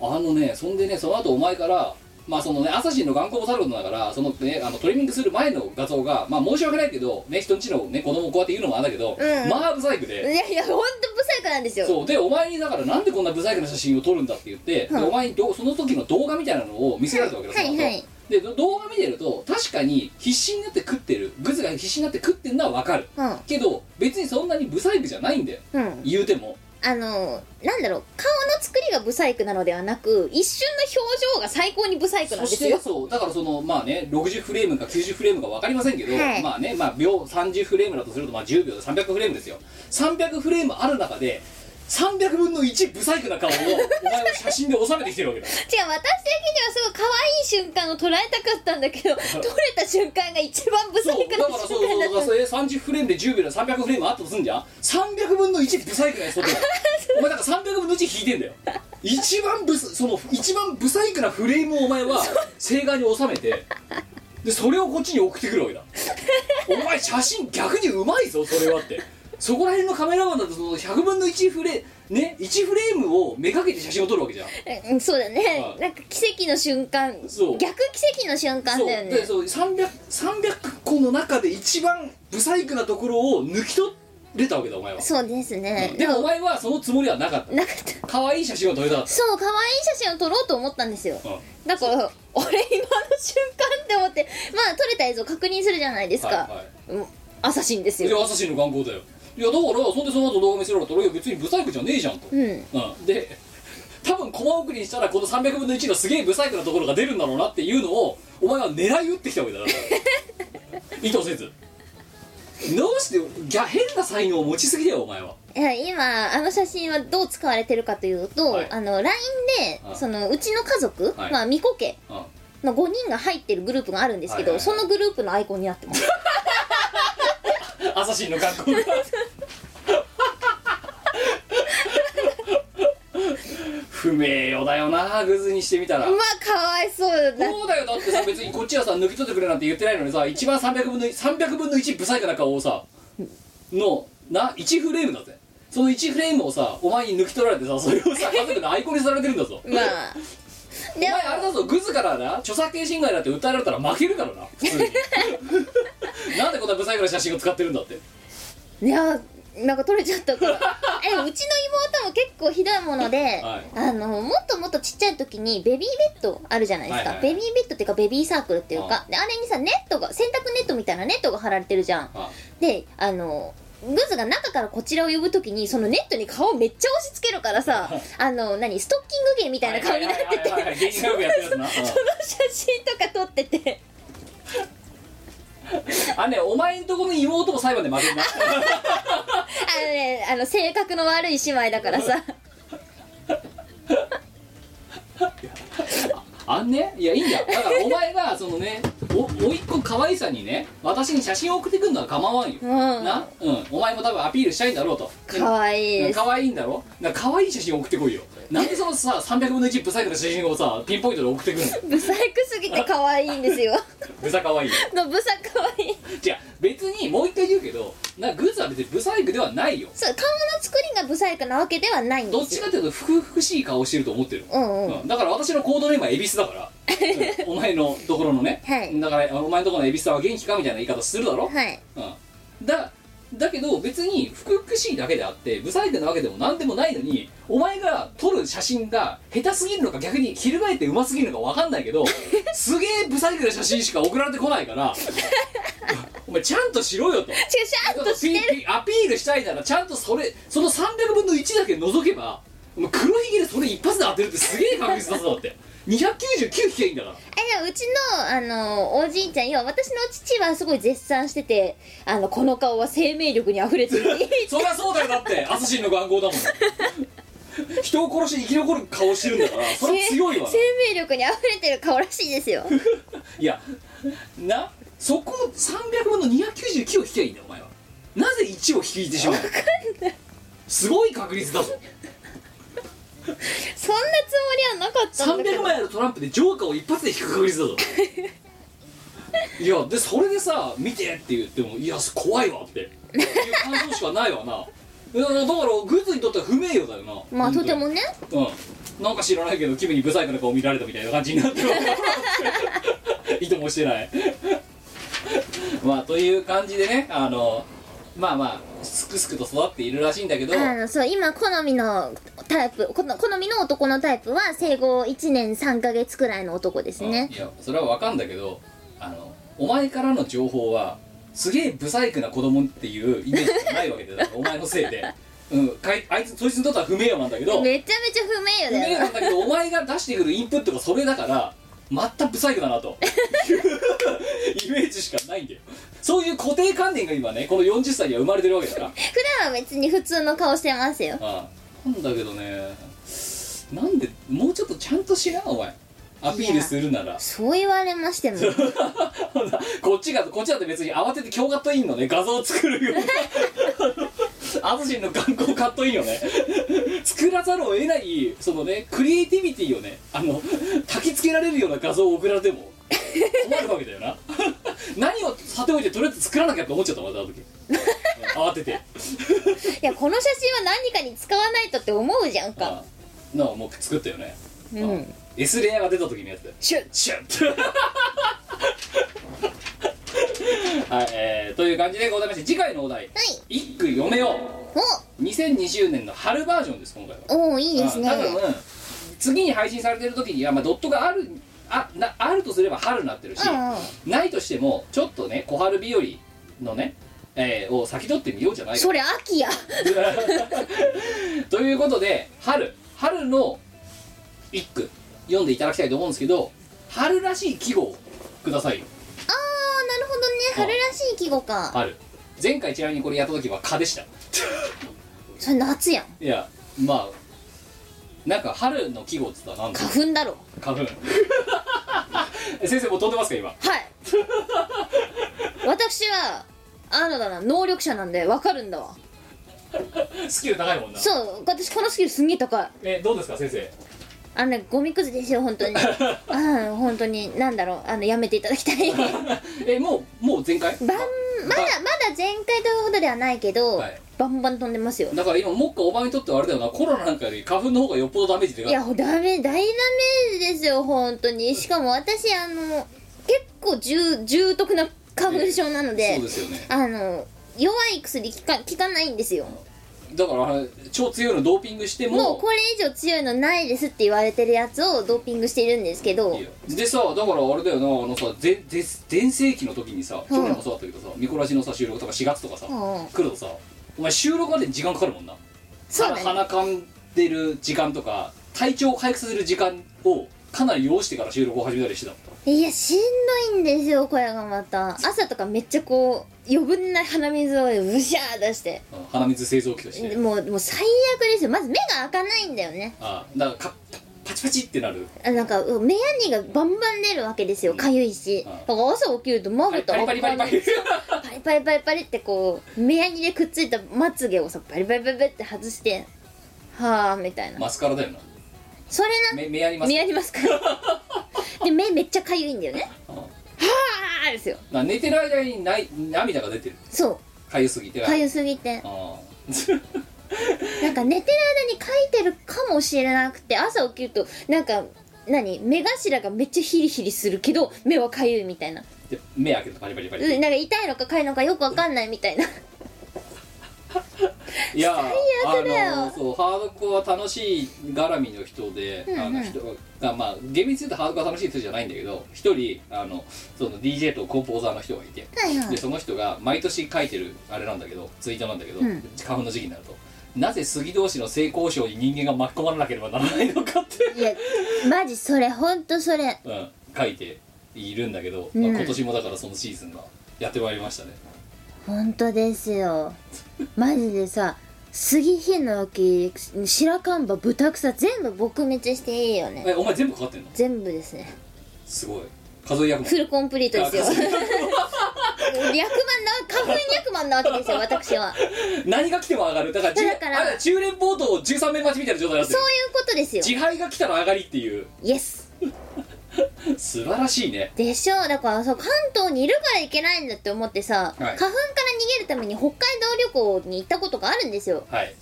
S1: あのねそんでねその後お前からまあそのね朝日の眼光もさるのだからそのねあのトリミングする前の画像がまあ申し訳ないけどね人んちのね子供をこうやって言うのもあれだけど、
S2: うん
S1: まあブサイクで、
S2: いやいや本当ブサイクなんですよ
S1: そうでお前にだからなんでこんなブサイクな写真を撮るんだって言って、
S2: うん
S1: でお前にどその時の動画みたいなのを見せられたわけです
S2: はいはいはい
S1: でど動画見てると確かに必死になって食ってるグズが必死になって食ってるのは分かる
S2: うん
S1: けど別にそんなにブサイクじゃないんだよ
S2: うん、
S1: 言うても
S2: あのなんだろう顔の作りがブサイクなのではなく一瞬の表情が最高にブサイクなん
S1: そ
S2: で
S1: し
S2: す
S1: て
S2: よ
S1: そうだからそのまあね60フレームか90フレームか分かりませんけど、
S2: はい
S1: まあねまあ秒30フレームだとするとまあ10秒で300フレームですよ300フレームある中で300分の1ブサイクな顔をお前は写真で収めてきてるわけだ
S2: 違う私的にはすごい可愛い瞬間を捉えたかったんだけど撮れた瞬間が一番ブサ
S1: そう
S2: イク
S1: だ
S2: な
S1: からそう
S2: 瞬間
S1: そう
S2: だ
S1: だ
S2: っ
S1: か
S2: た
S1: らそれ30フレームで10秒で300フレームあったとすんじゃん300分の1ブサイクなやつ撮ってるお前だから300分の1引いてんだよ一番ブスその一番ブサイクなフレームをお前 は正眼に収めてでそれをこっちに送ってくるわけだお前写真逆にうまいぞそれはってそこら辺のカメラマンだとその100分の1フレね1フレームをめがけて写真を撮るわけじゃん
S2: うんそうだね
S1: はい
S2: なんか奇跡の瞬間
S1: そう
S2: 逆奇跡の瞬間
S1: そう
S2: だよね
S1: でそう 300, 300個の中で一番ブサイクなところを抜き取れたわけだお前は
S2: そうですね
S1: でもお前はそのつもりはなかった
S2: なんかた
S1: 可愛い写真を撮れたかっ
S2: そう可愛い写真を撮ろうと思ったんですよ
S1: た、うん
S2: だから俺今の瞬間って思ってまあ撮れた映像確認するじゃないですか、
S1: はいは
S2: うんアサシンです
S1: い、で
S2: よ
S1: 朝日の眼光だよいやだからそんでその後動画見せられたらいや別にブサイクじゃねえじゃんと、
S2: うん
S1: うんで多分コマ送りにしたらこの300分の1のすげえブサイクなところが出るんだろうなっていうのをお前は狙い撃ってきたわけ だから意図せずどうしてギャ変な才能を持ちすぎだよお前はい
S2: や今あの写真はどう使われてるかというと、
S1: はい
S2: あの LINE で
S1: あ
S2: そのうちの家族、
S1: はい
S2: まあ巫女家
S1: うん
S2: の5人が入ってるグループがあるんですけど、
S1: はいはい
S2: そのグループのアイコンになってます
S1: アサシンの学校が不名誉だよなグズにしてみたら
S2: まあかわいそうだ
S1: そうだよだってさ別にこっちはさ抜き取ってくれなんて言ってないのにさ一番300分の300分の1ブサイクな顔をさのな1フレームだぜその1フレームをさお前に抜き取られてさそれをさ家族のアイコンにされてるんだぞ
S2: まあ
S1: お
S2: で
S1: 前
S2: も
S1: あれだぞグズからな著作権侵害だって訴えられたら負けるからな普通 になんでこんなブサイクな写真を使ってるんだって
S2: いやなんか取れちゃっ たからえうちの妹も結構ひどいもので、
S1: はい
S2: あのもっともっとちっちゃい時にベビーベッドあるじゃないですか、
S1: はいはいはい
S2: ベビーベッドっていうかベビーサークルっていうか
S1: あ
S2: であれにさネットが洗濯ネットみたいなネットが張られてるじゃん
S1: あ
S2: であのグズが中からこちらを呼ぶときにそのネットに顔めっちゃ押し付けるからさあの何ストッキング芸みたいな顔になってて
S1: はいはいはいはい芸人ライブやってるやつな
S2: その写真とか撮ってて
S1: あねお前んとこの妹も裁判で負けるな
S2: あのねあの性格の悪い姉妹だからさ
S1: あんねいやいいんだよだからお前がそのねおおいっ子可愛さにね私に写真を送ってくんのは構わんよ、
S2: う ん
S1: なうんお前も多分アピールしたいんだろうと
S2: かわいい
S1: うん
S2: です
S1: 可愛いんだろだから可愛い写真送ってこいよなんでそのさ300分の1ブサイクな写真をさピンポイントで送ってくんの
S2: ブサイクすぎて可愛いんですよ
S1: ブサ可愛いよ
S2: のブサ可愛い
S1: じゃあ別にもう一回言うけどなグッズは別にブサイクではないよ
S2: そう顔の作りがブサイクなわけではないん
S1: ど
S2: で
S1: っ
S2: す
S1: ち
S2: よ
S1: かっていうとふくふくしい顔してると思ってる
S2: うんうん、
S1: うんだから私のコードネームは恵比寿だ から、うんお前のところのね、
S2: はい
S1: だからお前のところの恵比寿さんは元気かみたいな言い方するだろ、
S2: はい
S1: うん、だだけど別に福々しいだけであって不細工なわけでも何でもないのにお前が撮る写真が下手すぎるのか逆に翻ってうますぎるのか分かんないけ どすげえ不細工な写真しか送られてこないからお前ちゃんとしろよと
S2: 違うシャーッとしてる
S1: ピピアピールしたいならちゃんとそれその300分の1だけ除けばお前黒ひげでそれ一発で当てるってすげえ確率だぞだって299引けいいんだから
S2: えでもうちのあのおじいちゃん要は私の父はすごい絶賛しててあのこの顔は生命力にあふれて る
S1: そりゃそうだよだってアサシンの願望だもん人を殺して生き残る顔してるんだからそれは強いわ
S2: 生命力にあふれてる顔らしいです よ
S1: いやなそこの300分の299を引きゃいいんだよお前はなぜ1を引いてしまうのすごい確率だぞ
S2: そんなつもりはなかったんだけ
S1: 300
S2: ど
S1: 枚あるトランプでジョーカーを一発で引く確率 だぞいやでそれでさ「見て!」って言っても「いや怖いわ」っていう感想しかないわ ないやだからグッズにとっては不名誉だよな
S2: まあ
S1: 本当
S2: と
S1: に
S2: てもね
S1: うんなんか知らないけど君にブサイクな顔見られたみたいな感じになってる意図もしてない まあという感じでねあのまあまあすくすくと育っているらしいんだけど
S2: あのそう今好みのタイプこの好みの男のタイプは生後1年3ヶ月くらいの男ですね
S1: いやそれはわかんだけどあのお前からの情報はすげえブサイクな子供っていうイメージがないわけ でお前のせいで、うん、かいあいつそいつにとっては不名誉なんだけど
S2: めちゃめちゃ不名誉
S1: 不
S2: だ
S1: 名誉
S2: よ
S1: なんだけどお前が出してくるインプットがそれだから全くブサイクだなと いうイメージしかないんだよそういう固定観念が今ねこの40歳には生まれてるわけ だから
S2: 普段は別に普通の顔してますよ
S1: ああなんだけどねなんでもうちょっとちゃんとしなお前アピールするなら
S2: そう言われましても
S1: ほら こっちがこっちだって別に慌てて強カットインのね画像を作るようなアズシンの眼光カットインをね作らざるを得ないそのねクリエイティビティをねあの焚きつけられるような画像を送られても困るわけだよな 何をさておいてとりあえず作らなきゃって思っちゃったまたあの時うん慌てて
S2: いやこの写真は何かに使わないとって思うじゃんか
S1: うんなあもう作ったよね、
S2: う
S1: うん S レアが出た時のやつだよ
S2: シュッ
S1: シュッ はい、えーという感じでございまして次回のお題「一句読めよう」2020年の春バージョンです今回は
S2: おおーいいですね
S1: あ多分次に配信されてる時には、まあ、ドットがあるあなあるとすれば春になってるし、
S2: うんうん
S1: ないとしてもちょっとね小春日和のね、えーを先取ってみようじゃないか
S2: それ秋や
S1: ということで春春の一句読んでいただきたいと思うんですけど春らしい季語をくださいよ
S2: あなるほどね春らしい季語か
S1: 春前回ちなみにこれやった時は蚊でしたい
S2: それ夏やん
S1: やまあなんか春の季語っつったら何だ
S2: 花粉だろ
S1: 花粉 先生もう飛んでますか今
S2: はい 私はあのだな能力者なんでわかるんだわ
S1: スキル高いもんな
S2: そう私このスキルすんげえ高い
S1: えどうですか先生
S2: あのねゴミくずですよ本 当にああ本当になんだろうあのやめていただき たいバン
S1: えもうもう全開
S2: まだまだ全開というほどではないけど、
S1: はい
S2: バンバン飛んでますよ
S1: だから今もっかお前にとってはあれだよなコロナなんかより花粉の方がよっぽどダメージでか
S2: いやダメ大ダメージですよ本当にしかも私あの結構重重篤な花粉症なので,、
S1: そうですよね
S2: あの弱い薬効か効かないんですよ
S1: だからあれ超強いのドーピングしても
S2: もうこれ以上強いのないですって言われてるやつをドーピングしているんですけど
S1: いいよでさだからあれだよなあのさぜぜ全盛期の時にさ去年もそうだったけどさ、ミコラジのさ収録とか4月とかさ、
S2: うん
S1: 来るとさお前収録までに時間かかるもんな
S2: そうだね
S1: 鼻鼻かんでる時間とか体調を回復する時間をかなり要してから収録を始めたりしてたもん
S2: いやしんどいんですよ声がまた朝とかめっちゃこう余分な鼻水をブシャー出して
S1: うん鼻水製造機として
S2: もうもう最悪ですよまず目が開かないんだよね
S1: ああだからかパパチパチってなる
S2: あなんかうん目やにがバンバン出るわけですよかゆいし
S1: うん
S2: だから朝起きるとまぶた
S1: パリパリパリパリ
S2: パリパリパリパリってこう目やにでくっついたまつげをさパリパリパリパリって外してはあみたいな
S1: マスカラだよな
S2: それな
S1: 目目やります
S2: 目やりますからで目めっちゃかゆいんだよね
S1: うん
S2: ああですよ
S1: な寝てる間にない涙が出てる
S2: そ
S1: かゆすぎて
S2: うかゆすぎて
S1: あ
S2: なんか寝てる間に書いてるかもしれなくて朝起きるとなんか何目頭がめっちゃヒリヒリするけど目はかゆいみたいな
S1: ーで目開けてパリパリパリ
S2: うんなんか痛いのかかゆいのかよくわかんないみたいな
S1: いや
S2: 最悪だよ
S1: あのそうハードコア楽しい絡みの人で、
S2: うんうん
S1: あの人がまあ厳密に言うとハードコア楽しい人じゃないんだけど一人あのその DJ とコンポーザーの人がいて
S2: はいは
S1: でその人が毎年書いてるあれなんだけどツイートなんだけど、
S2: うん
S1: 花粉の時期になるとなぜ杉同士の性交渉に人間が巻き込まれなければならないのかって
S2: いやマジそれほんとそれ
S1: うん、書いているんだけど、
S2: うん
S1: まあ今年もだからそのシーズンがやってまいりましたね
S2: ほんとですよマジでさ杉ヒノキ白樺豚草全部撲滅していいよね
S1: えお前全部かかってんの
S2: 全部ですね
S1: すごい数え役も
S2: フルコンプリート ですよ
S1: あ数え
S2: もう略満な花粉略満なわけですよ私は
S1: 何が来ても上がるだからじゅ
S2: だから
S1: あれ中連ボートを13面待ちみたいな状態になっ
S2: そう
S1: て
S2: い
S1: る
S2: うことですよ
S1: 自敗が来たら上がりっていう
S2: イエス
S1: 素晴らしいね
S2: でしょうだからそう関東にいるからいけないんだって思ってさ、花粉から逃げるために北海道旅行に行ったことがあるんですよ
S1: はい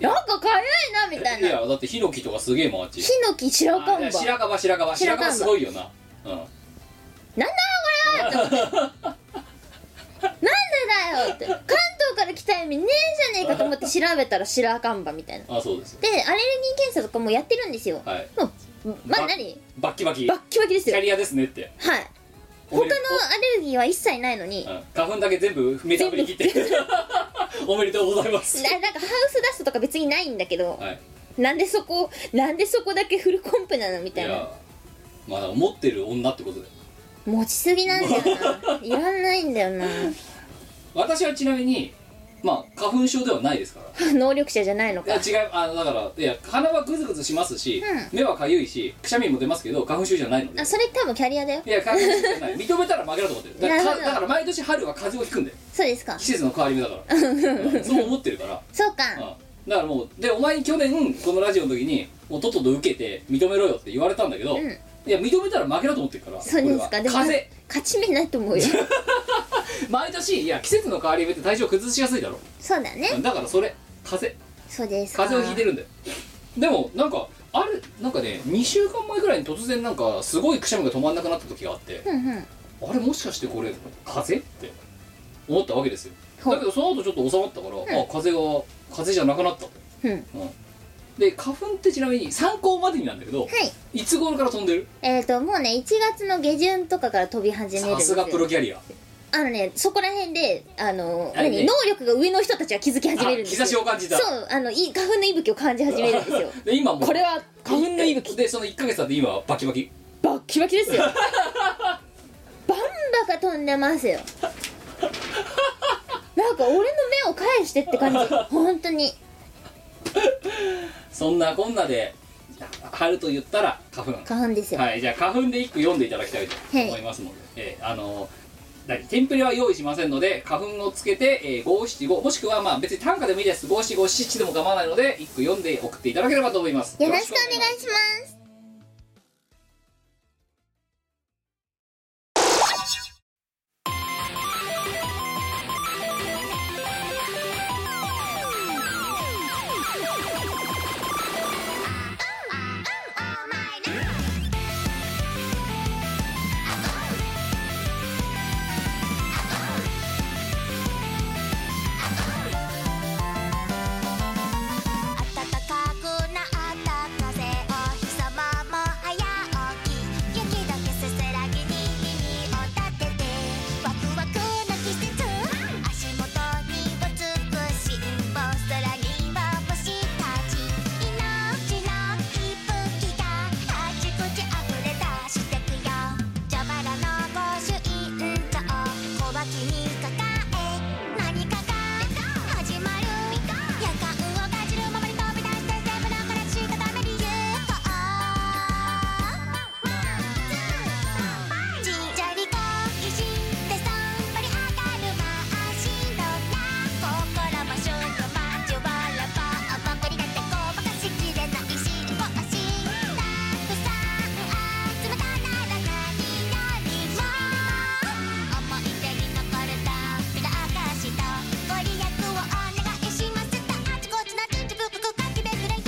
S2: なんかかゆいなみたい
S1: い
S2: な
S1: やだってヒノキとかすげえ回っち
S2: ヒノキ白
S1: あい
S2: 樺
S1: や白樺白樺白
S2: 白樺
S1: 樺すごいよなうん
S2: なんだよこれはと思ってなんでだよって関東から来た意味ねえじゃねえかと思って調べたら白樺みたいな
S1: あそうですよ
S2: でアレルギー検査とかもやってるんですよ、
S1: はい
S2: もうまあ
S1: ば
S2: 何
S1: バッキバキ
S2: バッキバキです
S1: キ
S2: よ
S1: ャ
S2: はい
S1: リアですねって
S2: 他のアレルギーは一切ないのに
S1: うん花粉だけ全部めちゃぶり切って おめでとうございます
S2: ななんかハウスダストとか別にないんだけど、
S1: はい
S2: なんでそこなんでそこだけフルコンプなのみ
S1: い
S2: たいな
S1: やまあだから持ってる女ってことで
S2: 持ちすぎなんだよないらないんだよな
S1: 私はちなみにまあ花粉症ではないですから
S2: 能力者じゃないのか
S1: いや違うあのだからいや鼻はグズグズしますし、
S2: う
S1: 目はかゆいしくしゃみも出ますけど花粉症じゃないので
S2: あそれ多分キャリアだよ
S1: いや花粉症じゃない認めたら負けだと思ってるだから
S2: なる
S1: か
S2: ほど
S1: だから毎年春は風邪をひくんだよ
S2: そうですか
S1: 季節の変わり目だからうんそう思ってるから、
S2: そうか
S1: うんだからもうでお前に去年このラジオの時にもうとっとと受けて認めろよって言われたんだけど、
S2: うん
S1: いや認めたら負けだと思ってるから
S2: そうですか
S1: 俺
S2: で
S1: は
S2: も
S1: 風邪
S2: 勝ち目ない と思うよ
S1: 毎年いや季節の変わり目って体調崩しやすいだろ
S2: そうだね
S1: だからそれ風邪
S2: そうですか
S1: 風邪をひいてるんだよでもなんかあるなんかね2週間前ぐらいに突然なんかすごいくしゃみが止まんなくなった時があって
S2: うんうん
S1: あれもしかしてこれ風邪って思ったわけですよ
S2: ほう
S1: だけどその後ちょっと収まったから、あ風邪が風邪じゃなくなったと
S2: うん
S1: で花粉ってちなみに参考までになんだけど
S2: はい
S1: いつ頃から飛んでる
S2: えっ、ー、ともうね1月の下旬とかから飛び始めるん
S1: さ
S2: です
S1: す
S2: よ
S1: がプロキャリア
S2: あのねそこら辺であの
S1: あれ
S2: 何、
S1: ね
S2: 能力が上の人たちは気づき始めるんです
S1: あ日差しを感じた
S2: そうあのいい花粉の息吹を感じ始めるんですよ
S1: で今もう
S2: これは花粉の息吹
S1: でその1か月経って今はバキバキ
S2: バッキバキ ですよバンバカ飛んでます よなんか俺の目を返してって感じ本当に
S1: そんなこんなで春と言ったら花粉
S2: 花粉ですよ、
S1: はいじゃあ花粉で一句読んでいただきたいと
S2: はい
S1: 思いますので、えーあの何テンプレは用意しませんので花粉をつけて、えー、五七五もしくはまあ別に短歌でもいいです五七五七七でも構わないので一句読んで送っていただければと思います
S3: よろしくお願いします暖かくなった風をひさまも早起き雪だけせせらぎに耳を立ててワクワクな季節足元にはつくしんぼ空には星たち命の息吹があちこち溢れ出してくよ蛇腹の御朱印帳小脇に抱え何かが始まる夜間をかじるままに飛び出して全部流れしたために UFO ちっちゃり恋してそんばり上がる真っ白な心も瞬間交わらば甘くになってごまかしきれないしもしたくさん集めたなら何よりも思い出に残るとびらかしたご利益をお願いしますとあちこちの人事部局が決めくれよ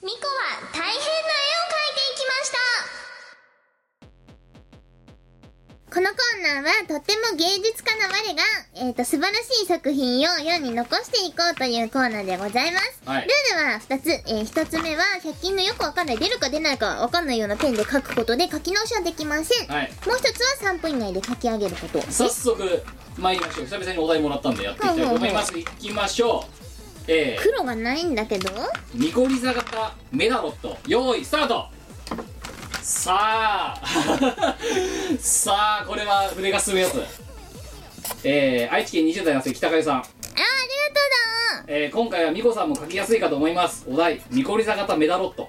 S3: ミコは大変な絵を描いていきましたこのコーナーはとっても芸術家の我が、えー、と素晴らしい作品を世に残していこうというコーナーでございます、
S1: はい
S3: ルールは2つ、え1つ目は100均のよくわかんない出るか出ないかわかんないようなペンで書くことで書き直しはできません、
S1: はい
S3: もう1つは3分以内で書き上げること
S1: 早速参りましょう久々にお題もらったんでやっていきたいと思います、いきましょうえ
S3: 黒がないんだけど
S1: ー、ニコリザ型メダロット用意スタートさあ さあこれは筆が進むやつえー、愛知県20代男性北海さん
S3: あーあ
S1: えー今回はミコさんも書きやすいかと思いますお題「ニコリザ型メダロット」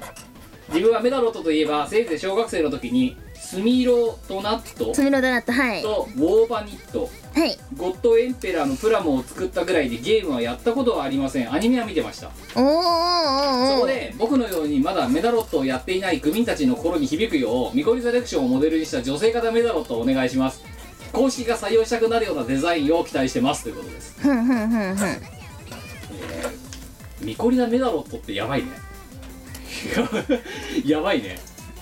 S1: 自分はメダロットといえばせいぜい小学生の時にスミロドナット
S3: りがとうだスミロドナットはいは
S1: とウォーバニット
S3: い
S1: ゴッドエンペラーのプラモを作ったぐらいでゲームはやったことはありませんアニメは見てました
S3: おーおー
S1: そ
S3: おーお
S1: こ
S3: ー
S1: で僕のようにまだメダロットをやっていない区民たちの心に響くようミコリザレクションをモデルにした女性型メダロットをお願いします公式が採用したくなるようなデザインを期待してますということです
S3: ふんふんふんふん
S1: ミコリザメダロットってやばいね やばいね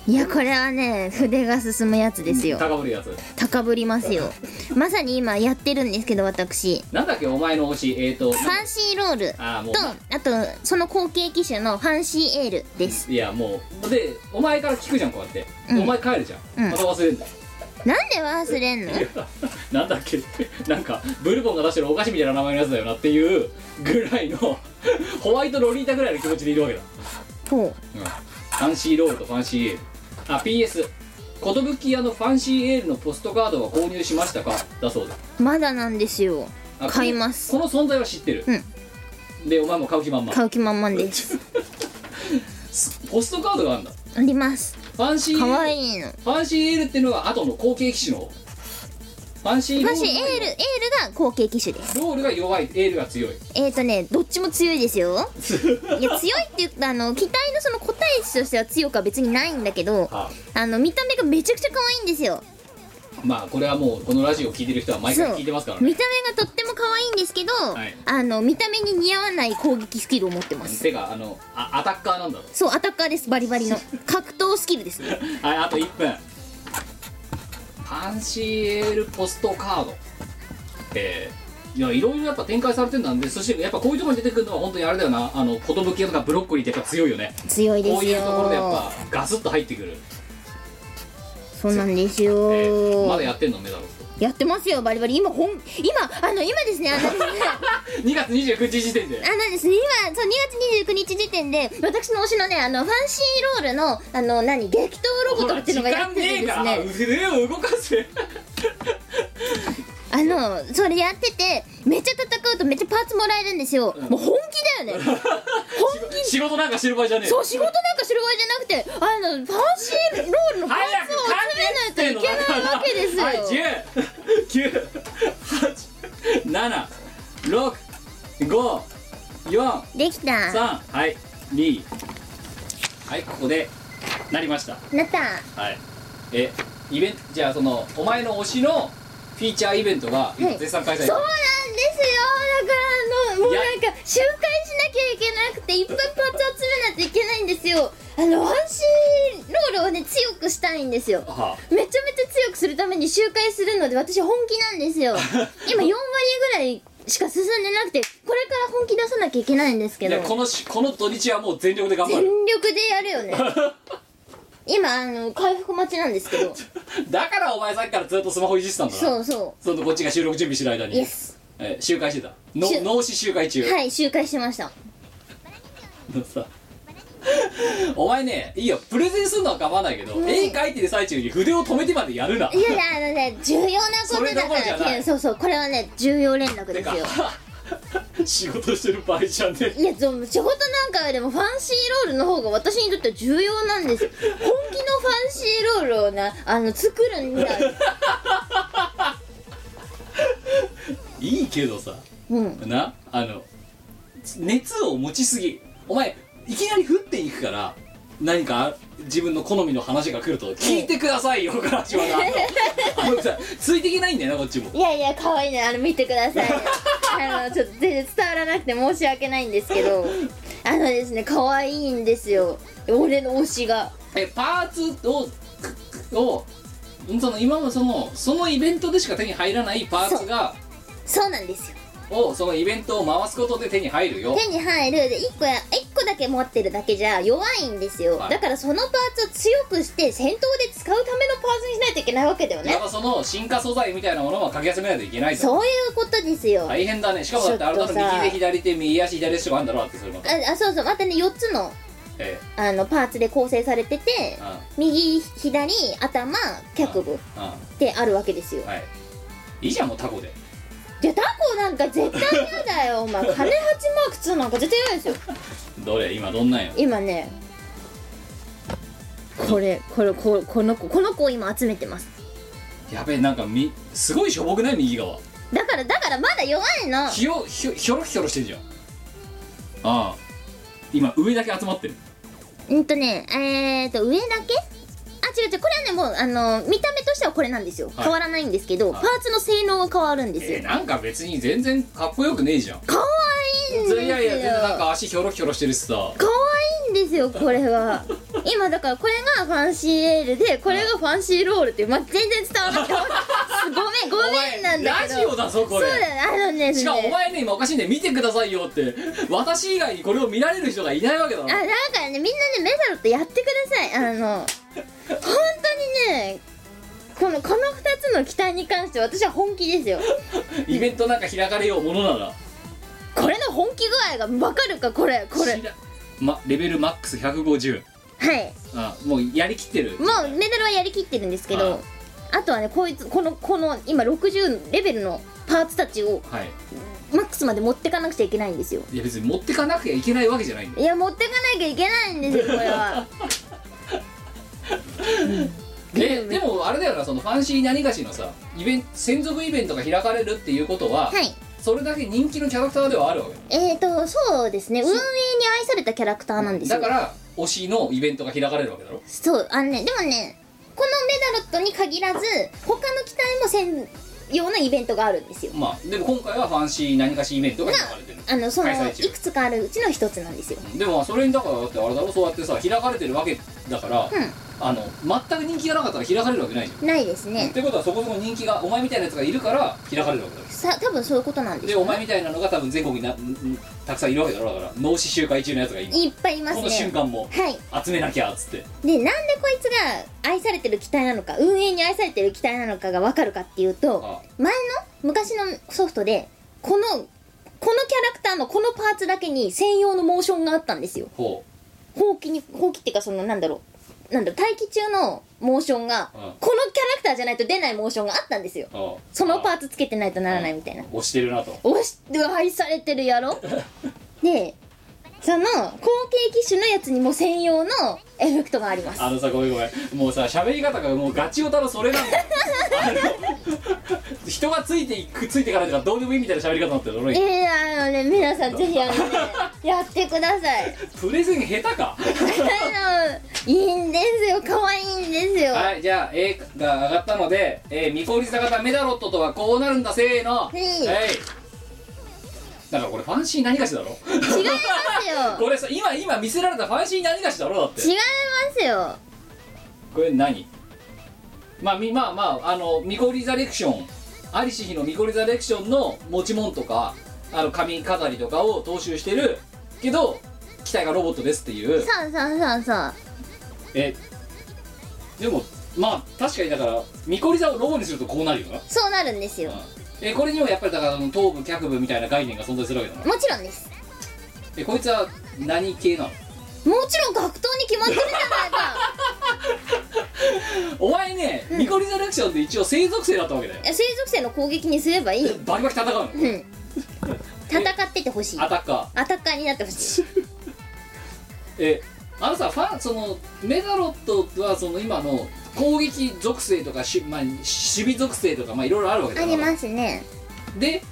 S3: いやこれはね筆が進むやつですよ
S1: 高ぶるやつ
S3: 高ぶりますよまさに今やってるんですけど私
S1: なんだっけお前の推しえっ、ー、と
S3: ファンシーロール
S1: ああもう
S3: とあとその後継機種のファンシーエールです
S1: いやもうでお前から聞くじゃんこうやって、
S3: うん
S1: お前帰るじゃん、
S3: うん
S1: また忘れんだよ
S3: なんで忘れんの
S1: いやなんだっけ なんかブルボンが出してるお菓子みたいな名前のやつだよなっていうぐらいの ホワイトロリータぐらいの気持ちでいるわけだ、
S3: ほ
S1: うんファンシーロールとファンシーエールあ PS 寿屋のファンシーエールのポストカードは購入しましたかだそうです
S3: うまだなんですよ
S1: あ
S3: 買います
S1: このこの存在は知ってる、でお前も買う気満々
S3: 買う気満々 です
S1: ポストカードがあるんだ
S3: あります
S1: ファンシーエール
S3: 可愛いのフ
S1: ファンシーエールっていうのは後の後継機種の方ファンシーロ
S3: ァ
S1: ー
S3: ンシーエールエー
S1: ル
S3: ルが後継機種です
S1: ロールが弱いエールが強い
S3: えーとねどっちも強いです よいや強いって言ったあの機体のその個体値としては強くは別にないんだけど
S1: あ
S3: あの見た目がめちゃくちゃ可愛いんですよ
S1: まあこれはもうこのラジオを聞いてる人は毎回聞いてますからね
S3: 見た目がとっても可愛いんですけど、
S1: い
S3: あの見た目に似合わない攻撃スキルを持ってます
S1: てかあのあアタッカーなんだろう
S3: そうアタッカーですバリバリの格闘スキルですね
S1: はいあと1分ファンシーエールポストカードえーいやいろいろやっぱ展開されてるんだんでそしてやっぱこういうところに出てくるのは本当にあれだよなあの寿とかブロッコリーってやっぱ強いよね
S2: 強いで
S1: こう
S2: す
S1: い
S2: よ
S1: うところでやっぱガツッと入ってくる、
S2: そうなんですよ、
S1: えーまだやってんのメダロス
S2: やってますよバリバリ今ほん今あの今ですねあの
S1: 2月29日時点で
S2: あのですね、今、そう、2月29日時点で、私の推しのね、あの、ファンシーロールの、あの、何、激闘ロボ
S1: ほ
S2: ット
S1: ら
S2: っていう
S1: 時
S2: のがや
S1: 間
S2: って
S1: ね
S2: て
S1: え
S2: で
S1: か
S2: す
S1: ら
S2: ね、
S1: 腕を動かせ
S2: あの、それやってて、めっちゃ戦うとめっちゃパーツもらえるんですよ。
S1: ん
S2: もう本気だよね。本気
S1: 仕事なんかしてる場合じゃねえよ
S2: そう、仕事なんかする場合じゃなくて、あの、ファンシーロールのパー
S1: 早く
S2: ツを集めないといけないわけですよ。
S1: はい十、九、八、七、六、五、四、
S2: できた。な
S1: 三、はい、二、はいここでなりました。
S2: った。
S1: はい。え、イベントじゃあそのお前の推しのフィーチャーイベントが今
S2: はい
S1: 絶賛開催
S2: そうなんですよだからあのもうなんか周回しなきゃいけなくていっぱいパーツ集めないといけないんですよあのワンシーロールをね強くしたいんですよ
S1: はあ
S2: めちゃめちゃ強くするために周回するので私本気なんで すよ今4割ぐらいしか進んでなくてこれから本気出さなきゃいけないんですけ
S1: い
S2: ど
S1: やこのしこの土日はもう全力で頑張
S2: 全
S1: る。
S2: 力でやるよ ね今あの回復待ちなんですけ ど
S1: だからお前さっきからずっとスマホいじってたんだな。
S2: そうそ
S1: そのこっちが収録準備してる間
S2: う
S1: に、
S2: イエス
S1: え集会してた。の
S2: 集
S1: 脳死集会中。
S2: はい周回してました
S1: あのさお前ねいいよプレゼンするのは構わないけど、
S2: ん
S1: 絵描いてる最中に筆を止めてまでやるない
S2: やいやあのね重要なことだ
S1: それどころじゃ
S2: か
S1: な
S2: ら
S1: い
S2: いやそうそうこれはね重要連絡
S1: て
S2: です
S1: か
S2: よ
S1: 仕事してる場合じゃねえ
S2: いやでも仕事なんかよりもファンシーロールの方が私にとっては重要なんですよ本気のファンシーロールをなあの作るんだ
S1: いいけどさ
S2: うん
S1: なあの熱を持ちすぎお前いきなり降っていくから何か自分の好みの話が来ると「聞いてくださいよ」から始ま るあのあのさついていけないんだよなこっちも
S2: いやいや可愛いねあの見てく ださいあのちょっと全然伝わらなくて申し訳ないんですけどあのですね可愛いんですよ俺の推しが
S1: えパーツをくをんその今もそのそのイベントでしか手に入らないパーツが
S2: そうなんですよ
S1: をそのイベントを回すことで手に入るよ
S2: 手に入るで1個や1個だけ持ってるだけじゃ弱いんですよ、
S1: はい
S2: だからそのパーツを強くして戦闘で使うためのパーツにしないといけないわけだよ
S1: やっ
S2: ね
S1: ぱその進化素材みたいなものはかき集めないといけないぞ
S2: そういうことですよ、
S1: 大変だねしかもだってあれだろ
S2: ちょっとさ
S1: 右手左手右足左足とかあるんだろだってそれまた
S2: ああそうそうまたね4つの
S1: え
S2: あのパーツで構成されてて
S1: えうん
S2: 右左頭脚部ってあるわけですよ
S1: うんはいいいじゃんもうタコで
S2: でタコなんか絶対嫌だよ お前金八マーク2なんか絶対嫌ですよ
S1: どれ今どんなんよ
S2: 今ねこれこれここの子この子を今集めてます
S1: やべえなんかみすごいしょぼくない右側
S2: だからだからまだ弱いの
S1: ひよひょひょろひょろしてんじゃんああ今上だけ集まってる
S2: うんとねえーと上だけあ違う違うこれはねもうあの見た目としてはこれなんですよ、
S1: はい
S2: 変わらないんですけど、
S1: はい
S2: パーツの性能が変わるんです
S1: えー、
S2: よ
S1: なんか別に全然かっこよくねえじゃん
S2: 可愛いんですよ
S1: いやいや全然なんか足ひょろひょろしてるしさ
S2: 可愛いんですよこ れは今だからこれがファンシーエールでこれがファンシーロールっていう、ま、全然伝わらなくてごめんごめんなんだ
S1: お前ラ
S2: けど
S1: ジオだぞこ
S2: そう
S1: れ
S2: だよあのね
S1: し
S2: ね
S1: かもお前ね今おかしいんで見てくださいよっ て私以外にこれを見られる人がいないわけだ
S2: あ
S1: ろ
S2: なんかねみんなねメダルとやってくださいあの本当にねこのこの2つの期待に関して私は本気ですよ
S1: イベントなんか開かれようものなら
S2: これの本気具合がわかるかこれこれ
S1: 知らま、レベルマックス150
S2: はい
S1: あもうやりきってる
S2: もうメダルはやりきってるんですけど
S1: あ
S2: あとはねこいつこのこの今60レベルのパーツたちを
S1: はい
S2: マックスまで持ってかなくちゃいけないんですよ
S1: いや別に持ってかなきゃいけないわけじゃないんだ
S2: いや持ってかなきゃいけないんですよこれ は
S1: ででもあれだよなそのファンシー何がしのさイベント専属イベントが開かれるっていうことは、
S2: はい
S1: それだけ人気のキャラクターではあるわけ
S2: えーとそうですね運営に愛されたキャラクターなんです
S1: だ
S2: よ
S1: から推しのイベントが開かれるわけだろ
S2: そうあのねでもねこのメダロットに限らず他の機体も専用のイベントがあるんですよ
S1: まあでも今回はファンシー何かしイベントが
S2: が
S1: 開かれてる
S2: あのその
S1: 開催
S2: い
S1: 中
S2: くつかあるうちの一つなんですよ
S1: でもそれにだからだってあれだろそうやってさ開かれてるわけだから、
S2: う
S1: あの全く人気がなかったら開かれるわけないじゃん、
S2: ないです
S1: っ
S2: ね
S1: てことはそこそこ人気がお前みたいなやつがいるから開かれるわけだ
S2: さ多分そういうことなんで
S1: で
S2: し
S1: お
S2: ょう
S1: 前
S2: ね
S1: みたいなのが多分全国になんんたくさんいるわけだろだから脳死集会中のやつがいる
S2: いっぱいいます
S1: この瞬
S2: ね
S1: 間も
S2: はい
S1: 集めなきゃっつって
S2: でなんでこいつが愛されてる機体なのか運営に愛されてる機体なのかが分かるかっていうと
S1: あ
S2: 前の昔のソフトでこのこのキャラクターのこのパーツだけに専用のモーションがあったんですよ
S1: ほ
S2: ほうきにほうきっていうかそのなんだろうなんだろう待機中のモーションが
S1: う
S2: こ
S1: ん
S2: のキャラクターじゃないと出ないモーションがあったんですよ
S1: うあ
S2: そのパ
S1: ー
S2: ーツつけてないとならないみたいな
S1: 押してるなと
S2: 押して愛されてる やろでその後継機種のやつにも専用のエフェクトがあります
S1: あのさごめんごめんもうさ喋り方がもうガチオタのそれなん だよあの人がついていくついてからとかどうでもいいみたいな喋り方になってるの俺
S2: ええあのね皆さんぜひあのねやってくださ い
S1: プレゼン下手か
S2: あのいいんですよ可愛いんですよ
S1: はいじゃあ A が上がったので、えー、未効率な方メダロットとはこうなるんだせーのはいだからこれファンシー何かしだろ
S2: 違いますよ
S1: これさ今今見せられたファンシー何かしだろだって
S2: 違いますよ
S1: これ何まあみまあまああのミコリザレクションアリシヒのミコリザレクションの持ち物とかあの髪飾りとかを踏襲してるけど機体がロボットですっていう
S2: さあさあさあさ
S1: えでもまあ確かにだからミコリザをロボにするとこうなるよな、うん
S2: あそうなるんですよ
S1: えこれにもやっぱりだからその頭部脚部みたいな概念が存在するわけだな
S2: もちろんです
S1: えこいつは何系なの
S2: もちろん学徒に決まってるじゃない か
S1: お前ね、ミコリザレクションで一応生属性だったわけだよ
S2: いや生属性の攻撃にすればいいうん
S1: バリバリ戦うの
S2: 戦っててほしい
S1: アタッカー
S2: アタッカーになってほしい
S1: えあのさファンそのメガロットはその今の攻撃属性とかし、まあ、守備属性とかまあいろいろあるわけだ
S2: あ
S1: から
S2: りますね
S1: で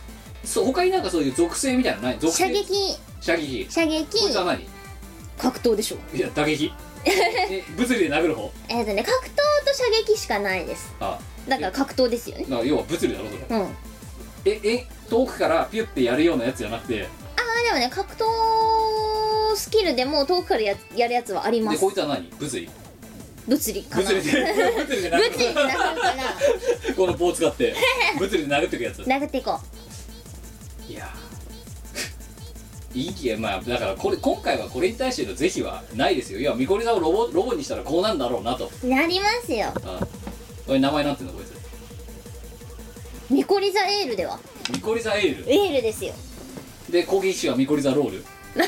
S1: そう他になんかそういう属性みたいなのない属性
S2: 射撃
S1: 射撃
S2: 射撃
S1: こいつは何い
S2: 格闘でしょ
S1: や打 撃え物理で殴る方
S2: えっ、とね格闘と射撃しかないです
S1: あ
S2: だから格闘ですよね
S1: だから要は物理だろそれ
S2: うん
S1: ええ遠くからピュッてやるようなやつじゃなくて
S2: あでもね格闘スキルでも遠くからややるやつはありま
S1: ですこいつは何物理
S2: 物理かな
S1: 物 理で物理で
S2: 物
S1: 殴
S2: 理になるか
S1: るこの棒を使って物理で殴ってくやつ
S2: な殴っていこ
S1: いやーいい気まあだからこれ今回はこれに対しての是非はないですよいやミコリさんをロボロボにしたらこうなんだろうなと
S2: うなりますよ
S1: あこれ名前なんていうのこいつ
S2: ミコリザエールでは
S1: ミコリザエール
S2: エールですよ
S1: で攻撃手はミコリザロール
S2: まあロ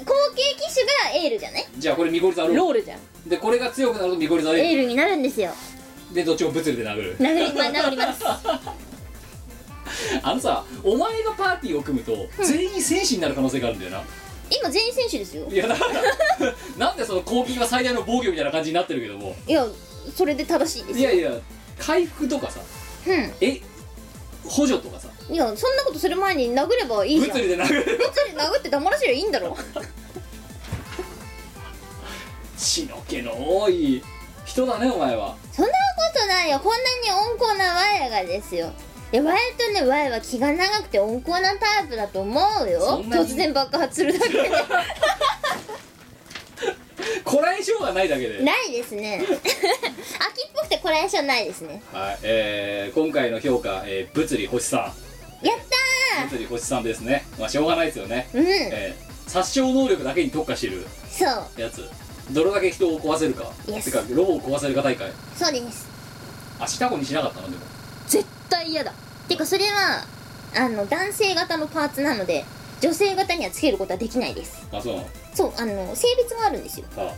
S2: ー後継機種がエールじゃない
S1: じゃあこれミコリザロール
S2: ールじゃん
S1: でこれが強くなるとミコリザエー
S2: エールになるんですよ
S1: ルでどっちも物理で殴る
S2: 殴り,、まあ、殴ります
S1: あのさお前がパーティーを組むと全員戦士になる可能性があるんだよな、
S2: 今全員選手ですよ
S1: いやだからなんでその攻撃が最大の防御みたいな感じになってるけども
S2: いやそれで正しいです
S1: いやいや回復とかさ
S2: う
S1: え補助とかさ
S2: んいやそんなことする前に殴ればいいじゃん
S1: 物理
S2: 物
S1: で殴る
S2: 理殴って黙らせりゃいいんだろ
S1: 血の気の多い人だねお前は
S2: そんなことないよこんなに温厚なワイがですよいやワイとねワイは気が長くて温厚なタイプだと思うよ
S1: そんなに
S2: 突然爆発するだけで
S1: こらえ性がないだけで、
S2: ないで すね秋っぽくてこれ以上ないですね
S1: はいえー今回の評価、えー物理星さ
S2: やっ
S1: ん物理星さんですねまあしょうがないですよね、
S2: たーうん
S1: えー殺傷能力だけに特化してる
S2: そう
S1: やつどれだけ人を壊せるか
S2: イエス
S1: てかロボを壊せるか大会
S2: そうです
S1: 足タコにしなかったのでも
S2: 絶対嫌だてかそれはあの男性型のパーツなので女性型にはつけることはできないです
S1: あそうなの
S2: そうあの性別があるんですよ
S1: あいや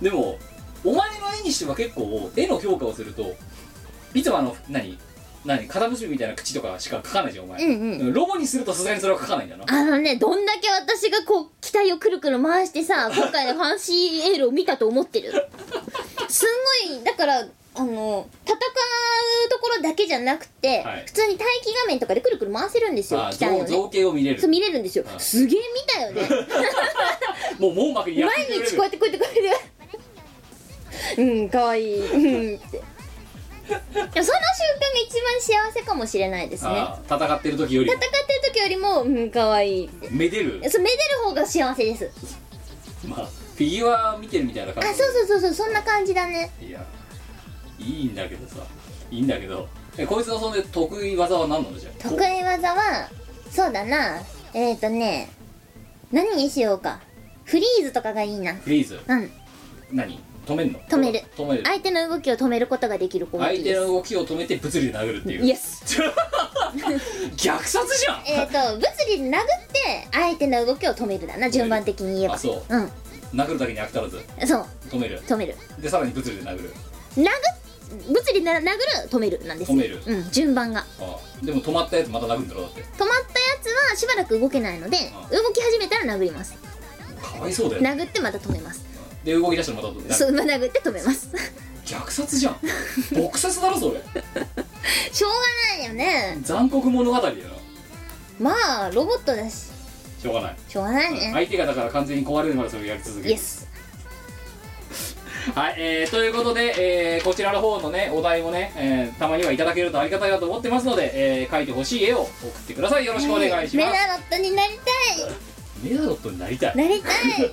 S1: でもお前の絵にしては結構絵の評価をするといつもあの何何片結びみたいな口とかしか描かないじゃんお前、
S2: うんうん
S1: ロボにするとさすがにそれは描かないんだな
S2: あのね、どんだけ私がこう、機体をくるくる回して さ、今回のファンシーエールを見たと思ってる。すんごい、だから、あの、戦うところだけじゃなくて、
S1: はい
S2: 普通に待機画面とかでくるくる回せるんですよ
S1: あ、
S2: 機
S1: 造
S2: 体をね
S1: 造。形を見れ
S2: そう
S1: る
S2: 見れるんですよ
S1: あ。
S2: すげえ見たよね。
S1: もう網膜に焼き付け
S2: 毎
S1: られ
S2: 日
S1: る
S2: こうやってこうやってこうやって。うん、かわいい。うんって。でもその瞬間が一番幸せかもしれないですね。
S1: あ戦ってる時より
S2: 戦ってる時よりも、うん、かわいい。
S1: めでる
S2: そうめでる方が幸せです。
S1: まあフィギュア見てるみたいな感
S2: あ
S1: じ
S2: そうそうそうそうそんな感じだね
S1: いやいいんだけどさいいんだけどえこいつのそんで得意技は何なのじゃあ
S2: 得意技はそうだなえっ、ー、とね何にしようかフリーズとかがいいな
S1: フリーズ
S2: うん
S1: 何止めんの
S2: 止める
S1: 止める
S2: 相手の動きを止めることができる攻撃
S1: 相手
S2: で
S1: の
S2: す
S1: 動きを止めて物理で殴るっていう
S2: イエス
S1: 虐殺じゃん、
S2: えっ、と物理で殴って相手の動きを止めるだな順番的に言えば
S1: あそう殴るだけに飽き足らず
S2: んそう
S1: 止める
S2: 止める
S1: でさらに物理で殴る
S2: 殴っ物理な殴る止めるなんですよ
S1: 止める
S2: うん順番が
S1: ああでも止まったやつまた殴るんだろだって
S2: 止まったやつはしばらく動けないので
S1: うん
S2: 動き始めたら殴ります
S1: かわいそうだよ
S2: 殴ってまた止めます
S1: で動き出したらまた殴る
S2: そうまあ殴って止めます
S1: 虐殺じゃん撲殺だろそれ
S2: しょうがないよね
S1: 残酷物語だよな
S2: まあロボットだし
S1: しょうがない
S2: しょうがないね
S1: 相手がだから完全に壊れるまでそれをやり続け
S2: イエ
S1: る
S2: ス
S1: はい、えーということで、えーこちらの方のねお題もね、えーたまにはいただけるとありがたいなと思ってますので、えー描いてほしい絵を送ってくださいよろしくお願いし
S2: メ
S1: ま
S2: ダ
S1: す、
S2: ロットになり
S1: メダロットになりたい
S2: たいなりたい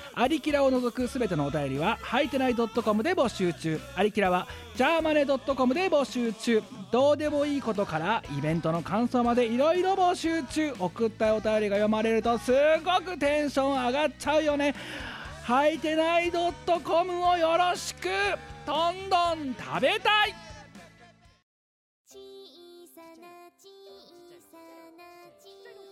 S6: アリキラを除くすべてのお便りは、はいてない .com で募集中。アリキラは、ジャーマネ .com で募集中。どうでもいいことから、イベントの感想までいろいろ募集中。送ったお便りが読まれると、すごくテンション上がっちゃうよね。はいてない .com をよろしくどんどん食べたい
S3: 小さな小さな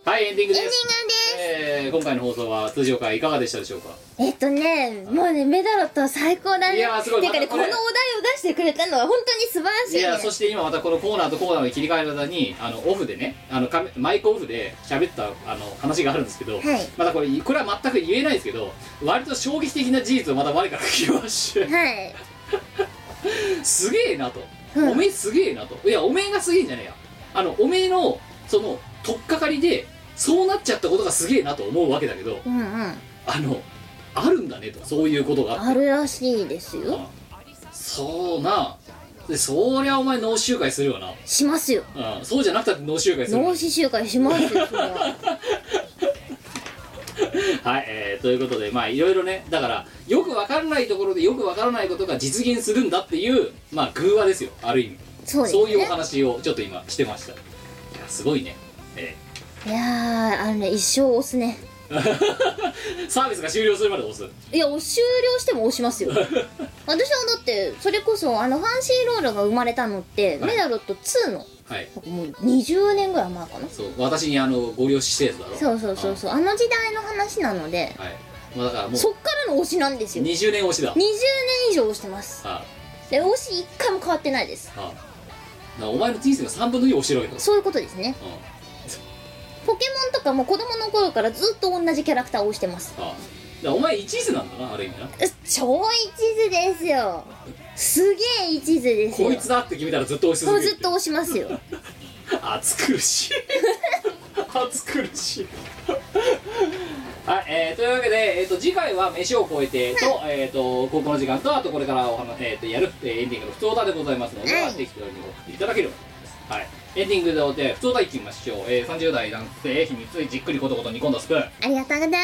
S3: 小
S1: はいエンディングで
S2: エンディングです
S1: えー今回の放送は通常回いかがでしたでしょうか
S2: えっとねもうねメダロットは最高だね
S1: いやーすごい
S2: てかね
S1: またこ
S2: このお
S1: れ
S2: 題を出してくれたのは本当に素晴らしい
S1: い
S2: ね
S1: やそして今またこのコーナーとコーナーの切り替え方にあのオフでねあのカメマイクオフで喋ったあの話があるんですけど、
S2: はい
S1: またこれこれは全く言えないですけど割と衝撃的な事実をまた我から聞きまして
S2: はい
S1: すげえなと、
S2: うん
S1: おめえすげえなといやおめえがすげえんじゃねえやあのおめえのその取っかかりでそうなっちゃったことがすげえなと思うわけだけど
S2: うんうん
S1: あのあるんだねとそういうことがあっ
S2: あるらしいです
S1: て
S2: よ
S1: そうなでそりゃお前脳集会するよな、
S2: しますよ
S1: うん、そうじゃなくたって脳集会する
S2: 脳死集会しますよそれは
S1: はい、えーということでまあいろいろねだからよくわからないところでよくわからないことが実現するんだっていうまあ偶話ですよある意味
S2: そうですね
S1: そういうお話をちょっと今してましたいやすごいね、え
S2: いやーあのね一生押すね
S1: ーサービスが終了するまで押す
S2: いやお終了しても押しま すよ私はだってそれこそあのファンシーローラーが生まれたのって、
S1: はい
S2: メダロット2の
S1: はい
S2: もう20年ぐらい前かな
S1: そう私にあのご了承してやつだろ
S2: そうそうそうそうあの時代の話なので
S1: うんはい、まあ、だからもう
S2: そっからの推しなんですよ20
S1: 20年押しだ
S2: 年以上推してます
S1: あ
S2: で推し1回も変わってないです
S1: ああお前の人生の3分の2押してるわけだ
S2: そういうことですね
S1: うん
S2: ポケモンとかも子供の頃からずっと同じキャラクターを推してます
S1: ああだからお前一途なんだなある意味な
S2: え超一途ですよすげえ一途ですよ
S1: こいつだって決めたらずっと押し
S2: も
S1: 続
S2: う
S1: ける
S2: ずっと押しますよ
S1: 暑苦 しい暑苦しいはい、えー、というわけで、えー、と次回は「飯を超えてと」えー、と高校の時間とあとこれからお話、えー、とやる、えーエンディングの普通歌でございますので、
S2: はい
S1: 適当に送っていただければと思いますはいエンディングでお手普通歌いきましょう、えー、30代男性秘密じっくりことこと煮込んだスプーン、
S2: ありがとうございま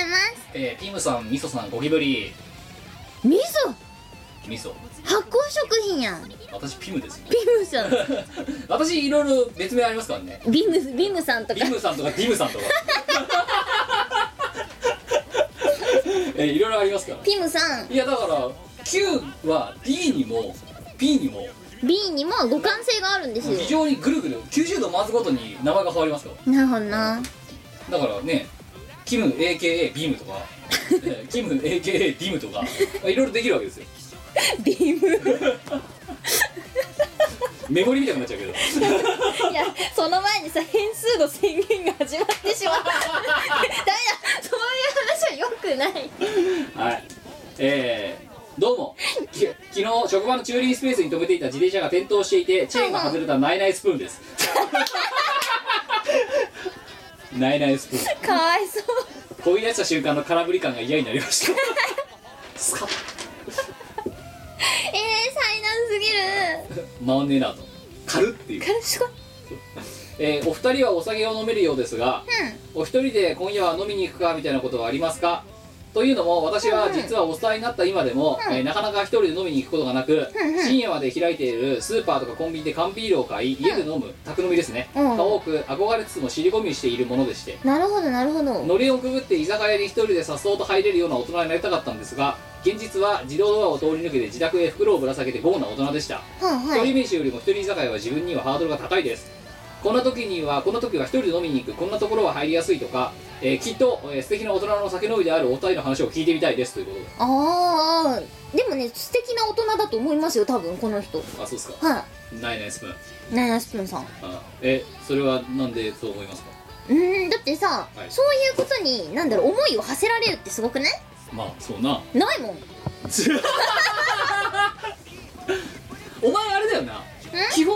S1: えー、ピムさんみそさんゴキブリ
S2: す味噌
S1: みそ
S2: 発酵食品やんビ
S1: 私ピムです よ
S2: ムさん
S1: 私いろいろ別名ありますからね
S2: ビムビムさんとか
S1: ビムさんとかディムさんとかえーいろいろありますから
S2: ピムさん
S1: いやだから Q は D にも P にも
S2: B にも互換性があるんですよ
S1: 非常にぐるぐる90度回すごとに名前が変わりますか
S2: なるほどな
S1: らだからねキム AKA ビームとかえーキム AKA ディムとかいろいろできるわけですよ
S2: ビム
S1: メモリみたくなっちゃうけど
S2: いやその前にさ変数の宣言が始まってしまったダメだそういう話はよくくない
S1: はいえー、どうもき昨日職場の駐輪スペースに止めていた自転車が転倒していてチェーンが外れたナイナイスプーンですナイナイスプーン
S2: かわいそう
S1: こぎ出した瞬間の空振り感が嫌になりましたスカッ
S2: えー、災難すぎる
S1: 回んねえなと狩るっていう、
S2: かすごい
S1: えーお二人はお酒を飲めるようですが、お一人で今夜は飲みに行くかみたいなことはありますかというのも私は実はおっさんになった今でも、えーなかなか一人で飲みに行くことがなく、深夜まで開いているスーパーとかコンビニで缶ビールを買い家で飲む、宅飲みですね、
S2: うん
S1: が多く憧れつつも尻込みしているものでして
S2: なるほどなるほど
S1: のれんをくぐって居酒屋に一人でさっそうと入れるような大人になりたかったんですが現実は自動ドアを通り抜けて自宅へ袋をぶら下げて豪な大人でした
S2: はん
S1: 一
S2: はい
S1: 人飯よりも一人居酒屋は自分にはハードルが高いですこんな時にはこの時は一人で飲みに行くこんなところは入りやすいとか、えーきっと、えー素敵な大人の酒飲みであるお二人の話を聞いてみたいですということで
S2: ああでもね素敵な大人だと思いますよ多分この人
S1: あそうですか
S2: は
S1: ないないスプーン
S2: いナイナスプーンさん
S1: あえそれはなんでそう思いますか
S2: うーんだってさ、
S1: はい
S2: そういうことになんだろう思いを馳せられるってすごくない
S1: まあそう な
S2: ないもん
S1: お前あれだよな基本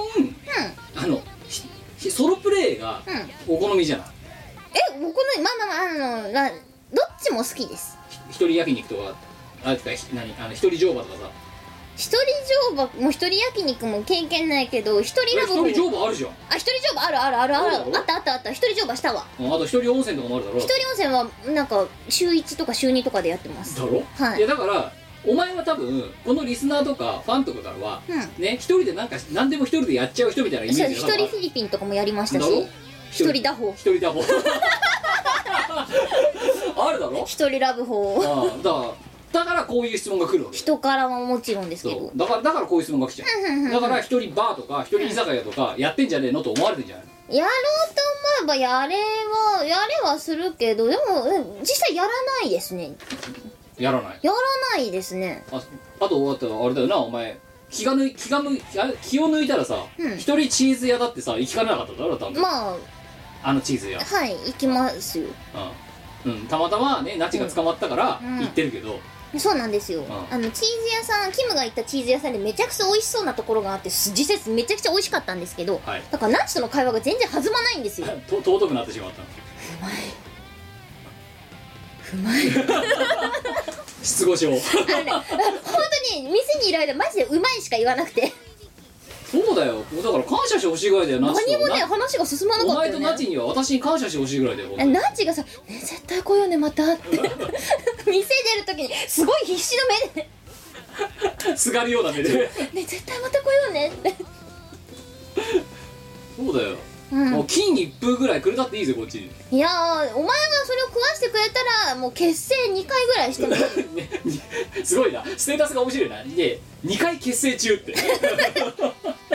S1: あのひひソロプレイが
S2: うん
S1: お好みじゃない
S2: え僕のまあまあまああのなどっちも好きです
S1: 一人焼肉とかあてかひ何あの一人乗馬とかさ
S2: 一人乗馬も一人焼肉も経験ないけど一人
S1: え
S2: ラ
S1: 一
S2: ブも
S1: 人乗馬あるじゃん
S2: あ一人乗馬あるあるあるある
S1: あるだろ
S2: あったあったあった一人乗馬したわ
S1: うんあと一人温泉とかもあるだろ
S2: 一人温泉はなんか週1とか週2とかでやってます
S1: だろ、
S2: はい
S1: やだからお前は多分このリスナーとかファンとかからは、
S2: う
S1: ね一人でなんか何でも一人でやっちゃう人みたいなイメージ
S2: そ
S1: が多
S2: う一
S1: 分ある
S2: 人フィリピンとかもやりました
S1: だろ
S2: し一人打法
S1: 一人だもん あるだろ
S2: 一人ラブ法
S1: ああだからだからこういう質問が来るわけ
S2: 人からはもちろんですけ
S1: そ
S2: ど
S1: うだからだからこういう質問が来ちゃ
S2: うんう
S1: う
S2: んうん
S1: だから一人バーとか一人居酒屋とかやってんじゃねえのと思われてんじゃない
S2: やろうと思えばやれはやれはするけどでもえ実際やらないですね
S1: やらない
S2: やらないですね
S1: ああとあとあれだよなお前気が抜い気が抜いあ気を抜いたらさ
S2: うん
S1: 一、人チーズ屋だってさ行きかねなかっただろ多分、
S2: まあ
S1: あのチーズ屋
S2: はい行きますよ
S1: うん、うん、たまたまねナチが捕まったから
S2: うん
S1: 行ってるけど、
S2: そうなんですよ、
S1: ん
S2: あのチーズ屋さんキムが行ったチーズ屋さんでめちゃくちゃ美味しそうなところがあってす実際めちゃくちゃ美味しかったんですけど、
S1: はい
S2: だからナチとの会話が全然弾まないん ですよ
S1: と尊くなってしまったの
S2: うまい
S1: 失語症
S2: あのね本当に店にいる間マジでうまいしか言わなくて
S1: そうだよだから感謝してほしいぐらいだよナチ
S2: 何
S1: と
S2: もね
S1: な
S2: 話が進まな
S1: お
S2: かった
S1: 前と
S2: よ
S1: ナ
S2: ね
S1: チには私に感謝してほしいぐらいだよ本当に
S2: ナチがさ、ね「絶対来ようねまた」って 店出る時にすごい必死の目です
S1: がるような目で
S2: 「ね絶対また来ようね」って
S1: そうだよ、
S2: うん
S1: もう金一封ぐらいくれたっていいぜこっちに
S2: いやーお前がそれを食わしてくれたらもう結成2回ぐらいしてもいい
S1: ね すごいなステータスが面白いなで2回結成中って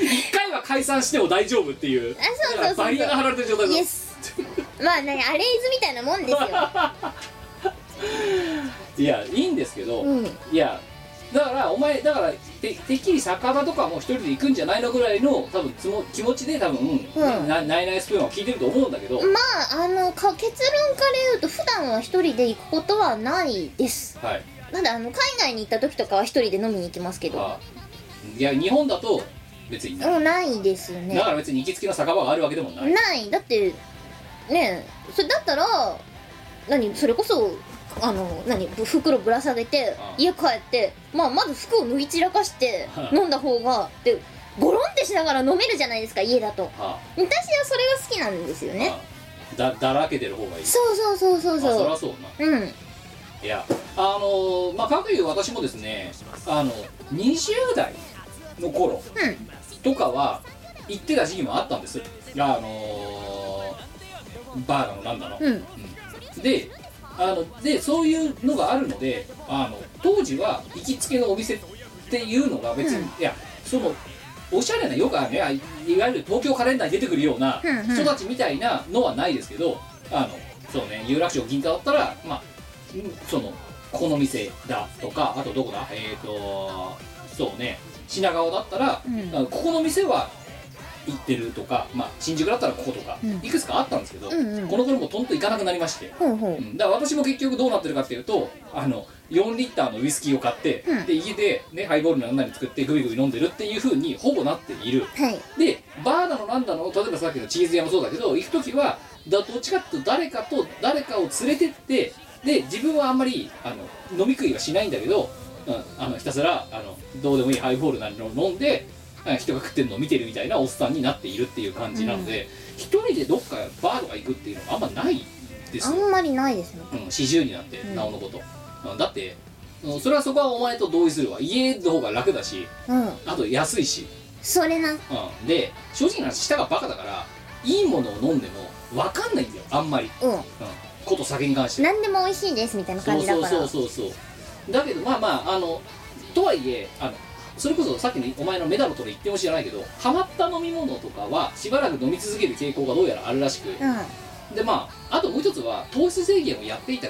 S1: 一回は解散しても大丈夫っていう
S2: あそうそうそうそう
S1: だからバリアが張られてる状態
S2: イ
S1: だ
S2: エスまあ何アレイズみたいなもんですよ
S1: いやいいんですけど、
S2: うん
S1: いやだからお前だからててっきり酒場とかはもう一人で行くんじゃないのぐらいの多分つも気持ちで多分、
S2: うん
S1: なナイナイスプーンは聞いてると思うんだけど、
S2: まああのか結論から言うと普段は一人で行くことはないです
S1: はい
S2: ただあの海外に行った時とかは一人で飲みに行きますけど
S1: あいや日本だと別にない、
S2: もうないですよね
S1: だから別に行きつけの酒場があるわけでもない、
S2: ないだってねえそれだったら何それこそあの何袋ぶら下げて
S1: あ
S2: 家帰って、まあ、まず服を脱ぎ散らかして
S1: はい
S2: 飲んだ方がでゴロンってしながら飲めるじゃないですか家だと
S1: あ
S2: 私はそれが好きなんですよね
S1: あだだらけてる方がいい
S2: そうそうそうそう
S1: まあそり
S2: そ
S1: ゃ
S2: う
S1: そうない
S2: うん
S1: いやあのーまあかくいう私もですねあの20代の頃
S2: う
S1: とかは行ってた時期もあったんですあのーバーなのなんだの、
S2: んうん
S1: であのでそういうのがあるのであの当時は行きつけのお店っていうのが別に、
S2: うん
S1: いやそのおしゃれなよくあるねあいいわゆる東京カレンダーに出てくるような
S2: うんうん
S1: 人たちみたいなのはないですけどあのそうね有楽町銀座だったらまあうんそのこの店だとかあとどこだえっ、ー、とそうね品川だったら、
S2: うん
S1: あのここの店は行ってるとか、まあ、新宿だったらこことか、
S2: うん
S1: いくつかあったんですけど、
S2: うんうん
S1: この頃もうとんと行かなくなりまして、
S2: ほうほ
S1: うんだから私も結局どうなってるかっていうとあの4リッターのウイスキーを買って、
S2: うん
S1: で家で、ね、ハイボールなんなり作ってグビグビ飲んでるっていうふうにほぼなっている
S2: うはい
S1: でバーだのなんだの例えばさっきのチーズ屋もそうだけど行く時はだどっちかっていうと誰かと誰かを連れてってで自分はあんまりあの飲み食いはしないんだけど、うん、あのひたすらあのどうでもいいハイボールなりのを飲んであ人が食ってるのを見てるみたいなおっさんになっているっていう感じなので、一人でどっかバーとか行くっていうのがあんまないです
S2: あ
S1: よ
S2: んまりないですね
S1: うん、40になって、
S2: うん
S1: なおのこと、うんだって、うんそれはそこはお前と同意するわ家の方が楽だし
S2: うん
S1: あと安いし、
S2: それな
S1: うん、で正直な話舌がバカだからいいものを飲んでも分かんないんだよあんまり、
S2: うん
S1: うん、こと酒に関して
S2: 何でも美味しいですみたいな
S1: そ
S2: 感
S1: う
S2: じだ
S1: そう
S2: から
S1: そうそうそうだけどまあまああのとはいえあのそれこそさっきのお前のメダルとの言ってもしじゃないけどハマった飲み物とかはしばらく飲み続ける傾向がどうやらあるらしく、
S2: うんは
S1: でまああともう一つは糖質制限をやっていた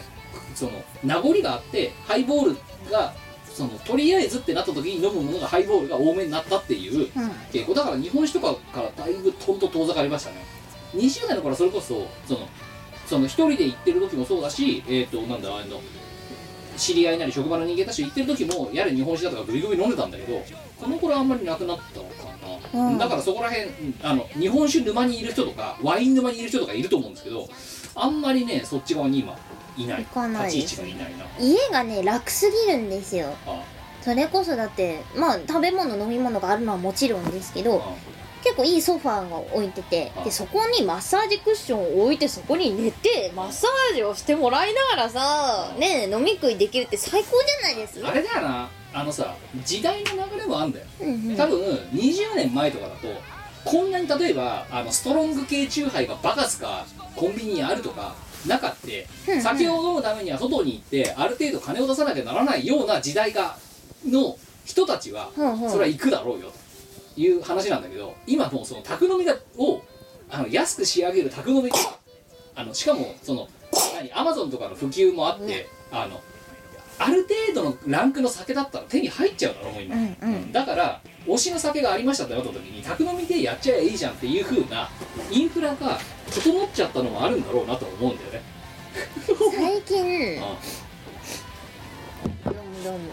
S1: その名残があってハイボールがそのとりあえずってなった時に飲むものがハイボールが多めになったっていう
S2: うん
S1: 傾向だから日本酒とかからだいぶとんと遠ざかりましたね20代の頃はそれこそそのその一人で行ってる時もそうだしえっ、となんだあの知り合いなり職場の人間たちと行ってる時もやれ日本酒だとかグビグビ飲んでたんだけどこの頃はあんまりなくなったのかな、
S2: うん
S1: だからそこら辺うんあの日本酒沼にいる人とかワイン沼にいる人とかいると思うんですけどあんまりねそっち側に今いない
S2: 行かないで
S1: 立
S2: す
S1: ち位置がいないな
S2: 家がね楽すぎるんですよ
S1: あ
S2: それこそだってまあ食べ物飲み物があるのはもちろんですけど
S1: あ
S2: 結構いいソファーが置いてて
S1: あ
S2: でそこにマッサージクッションを置いてそこに寝てマッサージをしてもらいながらさねえ飲み食いできるって最高じゃないです
S1: あれだよなあのさ時代の流れもあんだよ
S2: うんうん
S1: 多分20年前とかだとこんなに例えばあのストロング系チューハイがバカすかコンビニにあるとかなかって
S2: うんうん
S1: 酒を飲むためには外に行ってある程度金を出さなきゃならないような時代がの人たちは
S2: うんうん
S1: それは行くだろうよという話なんだけど今もうその宅飲みがをあの安く仕上げる宅飲みがあのしかもその何アマゾンとかの普及もあって、あのある程度のランクの酒だったら手に入っちゃうだろもう今、
S2: うんうん
S1: だから推しの酒がありましたってなった時に宅飲みでやっちゃえばいいじゃんっていう風なインフラが整っちゃったのもあるんだろうなとは思うんだよね、
S2: 最近
S1: うんは
S2: どうもどうも
S1: い、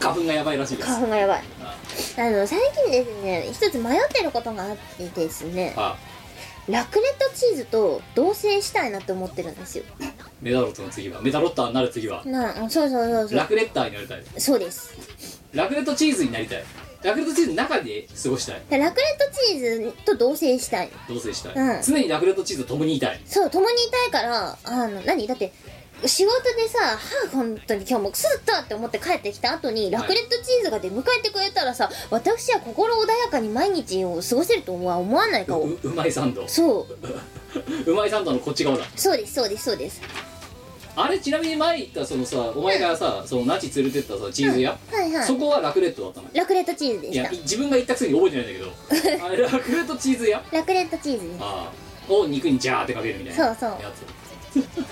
S1: 花粉がやばいらしいです
S2: 花粉がやばい
S1: あ
S2: あの最近ですね一つ迷ってることがあってですね
S1: あ
S2: ラクレットチーズと同棲したいなって思ってるんですよ
S1: メダロットの次はメダロッターになる次は
S2: なあそうそうそうそ
S1: ラ
S2: う
S1: クレッターになりたい
S2: そうです
S1: ラクレットチーズになりたいラクレットチーズの中で過ごしたい
S2: ラクレットチーズと同棲したい
S1: 同棲したい、
S2: うん
S1: 常にラクレットチーズと共にいたい
S2: そう共にいたいからあの何だって仕事でさ「はあ本当に今日もくすった!」って思って帰ってきた後にラクレットチーズが出迎えてくれたらさ私は心穏やかに毎日を過ごせるとは思わないうかを
S1: ううまいサンド
S2: そう
S1: うまいサンドのこっち側だ
S2: そうですそうですそうです
S1: あれちなみに前行ったそのさお前がさそのナチ連れてったさチーズ屋、
S2: はいは
S1: そ
S2: い
S1: こはラクレットだったの
S2: ラクレットチーズで
S1: い
S2: し
S1: や
S2: た
S1: 自分が言ったくせに覚えてないん だけどあれラクレットチーズ屋
S2: ラクレットチーズです
S1: ああを肉にジャーってかけるみたいな
S2: そうそう
S1: やつ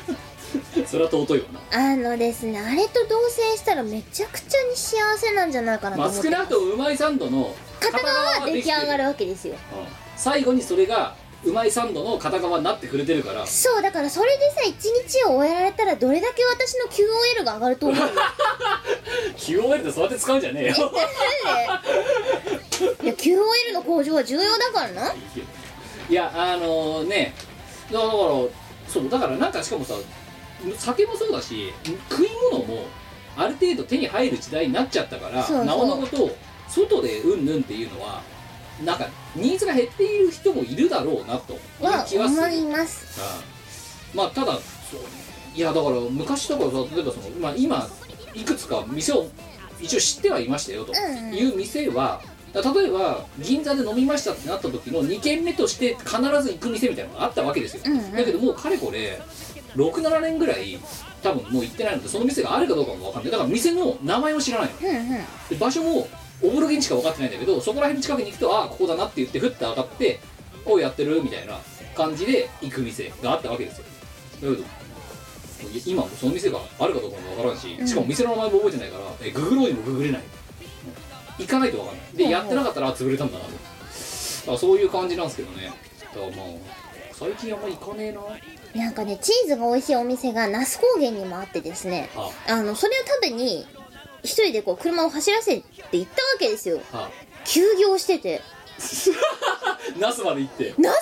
S1: それは尊いわな
S2: あのですねあれと同棲したらめちゃくちゃに幸せなんじゃないかなと
S1: まあ
S2: 思
S1: 少
S2: って
S1: なくともうまいサンドの
S2: 片側は出来上がる
S1: うん
S2: わけですよ
S1: 最後にそれがうまいサンドの片側になってくれてるから
S2: そうだからそれでさ一日を終えられたらどれだけ私の QOL が上がると思う
S1: QOL ってそうやって使うんじゃねえよ
S2: いや QOL の向上は重要だからない
S1: やあのねだからそうだからなんかしかもさ酒もそうだし食い物もある程度手に入る時代になっちゃったから
S2: そうそう
S1: なおのこと外でうんぬんっていうのはなんかニーズが減っている人もいるだろうなという
S2: は
S1: 気はする
S2: 思います
S1: うんまあただそういやだから昔とかさ例えばその、まあ、今いくつか店を一応知ってはいましたよと
S2: うんうん
S1: いう店はだ例えば銀座で飲みましたってなった時の2軒目として必ず行く店みたいなのがあったわけですよ、
S2: うんうん
S1: だけどもうかれこれ67年ぐらい多分もう行ってないのでその店があるかどうかも分かんないだから店の名前を知らないの
S2: うんうん
S1: で場所もおぼろげにしか分かってないんだけどそこら辺の近くに行くとああここだなって言ってふって上がって「おうやってる?」みたいな感じで行く店があったわけですよだけどい今もその店があるかどうかも分からんし、
S2: ん
S1: しかも店の名前も覚えてないからえググろうにもググれないうん行かないと分かんないで、
S2: ほうほう
S1: やってなかったらあ潰れたんだなとからそういう感じなんですけどねだからまあ最近あんまり行かねえな
S2: なんかねチーズが美味しいお店が那須高原にもあってですね
S1: は
S2: あのそれを食べに一人でこう車を走らせて行ったわけですよ
S1: あはあ
S2: 休業してて
S1: 那須まで行って
S2: 那須まで行っ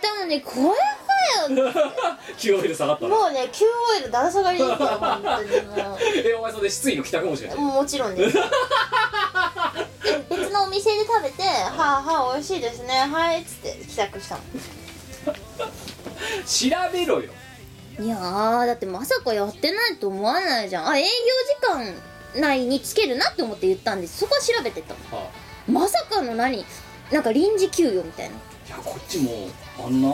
S2: たのにこれかよ
S1: 給料で下がったの
S2: もうね Q オイルだら下がりですよ本当にもう
S1: えお前それで失意の帰宅もしかして
S2: もちろんです 別のお店で食べて「はあはあ美味しいですねはい」っつって帰宅したの
S1: 調べろよ
S2: いやーだってまさかやってないと思わないじゃんあ営業時間内につけるなって思って言ったんですそこは調べてた
S1: はあ
S2: まさかの何なんか臨時休業みたいない
S1: やこっちもあんな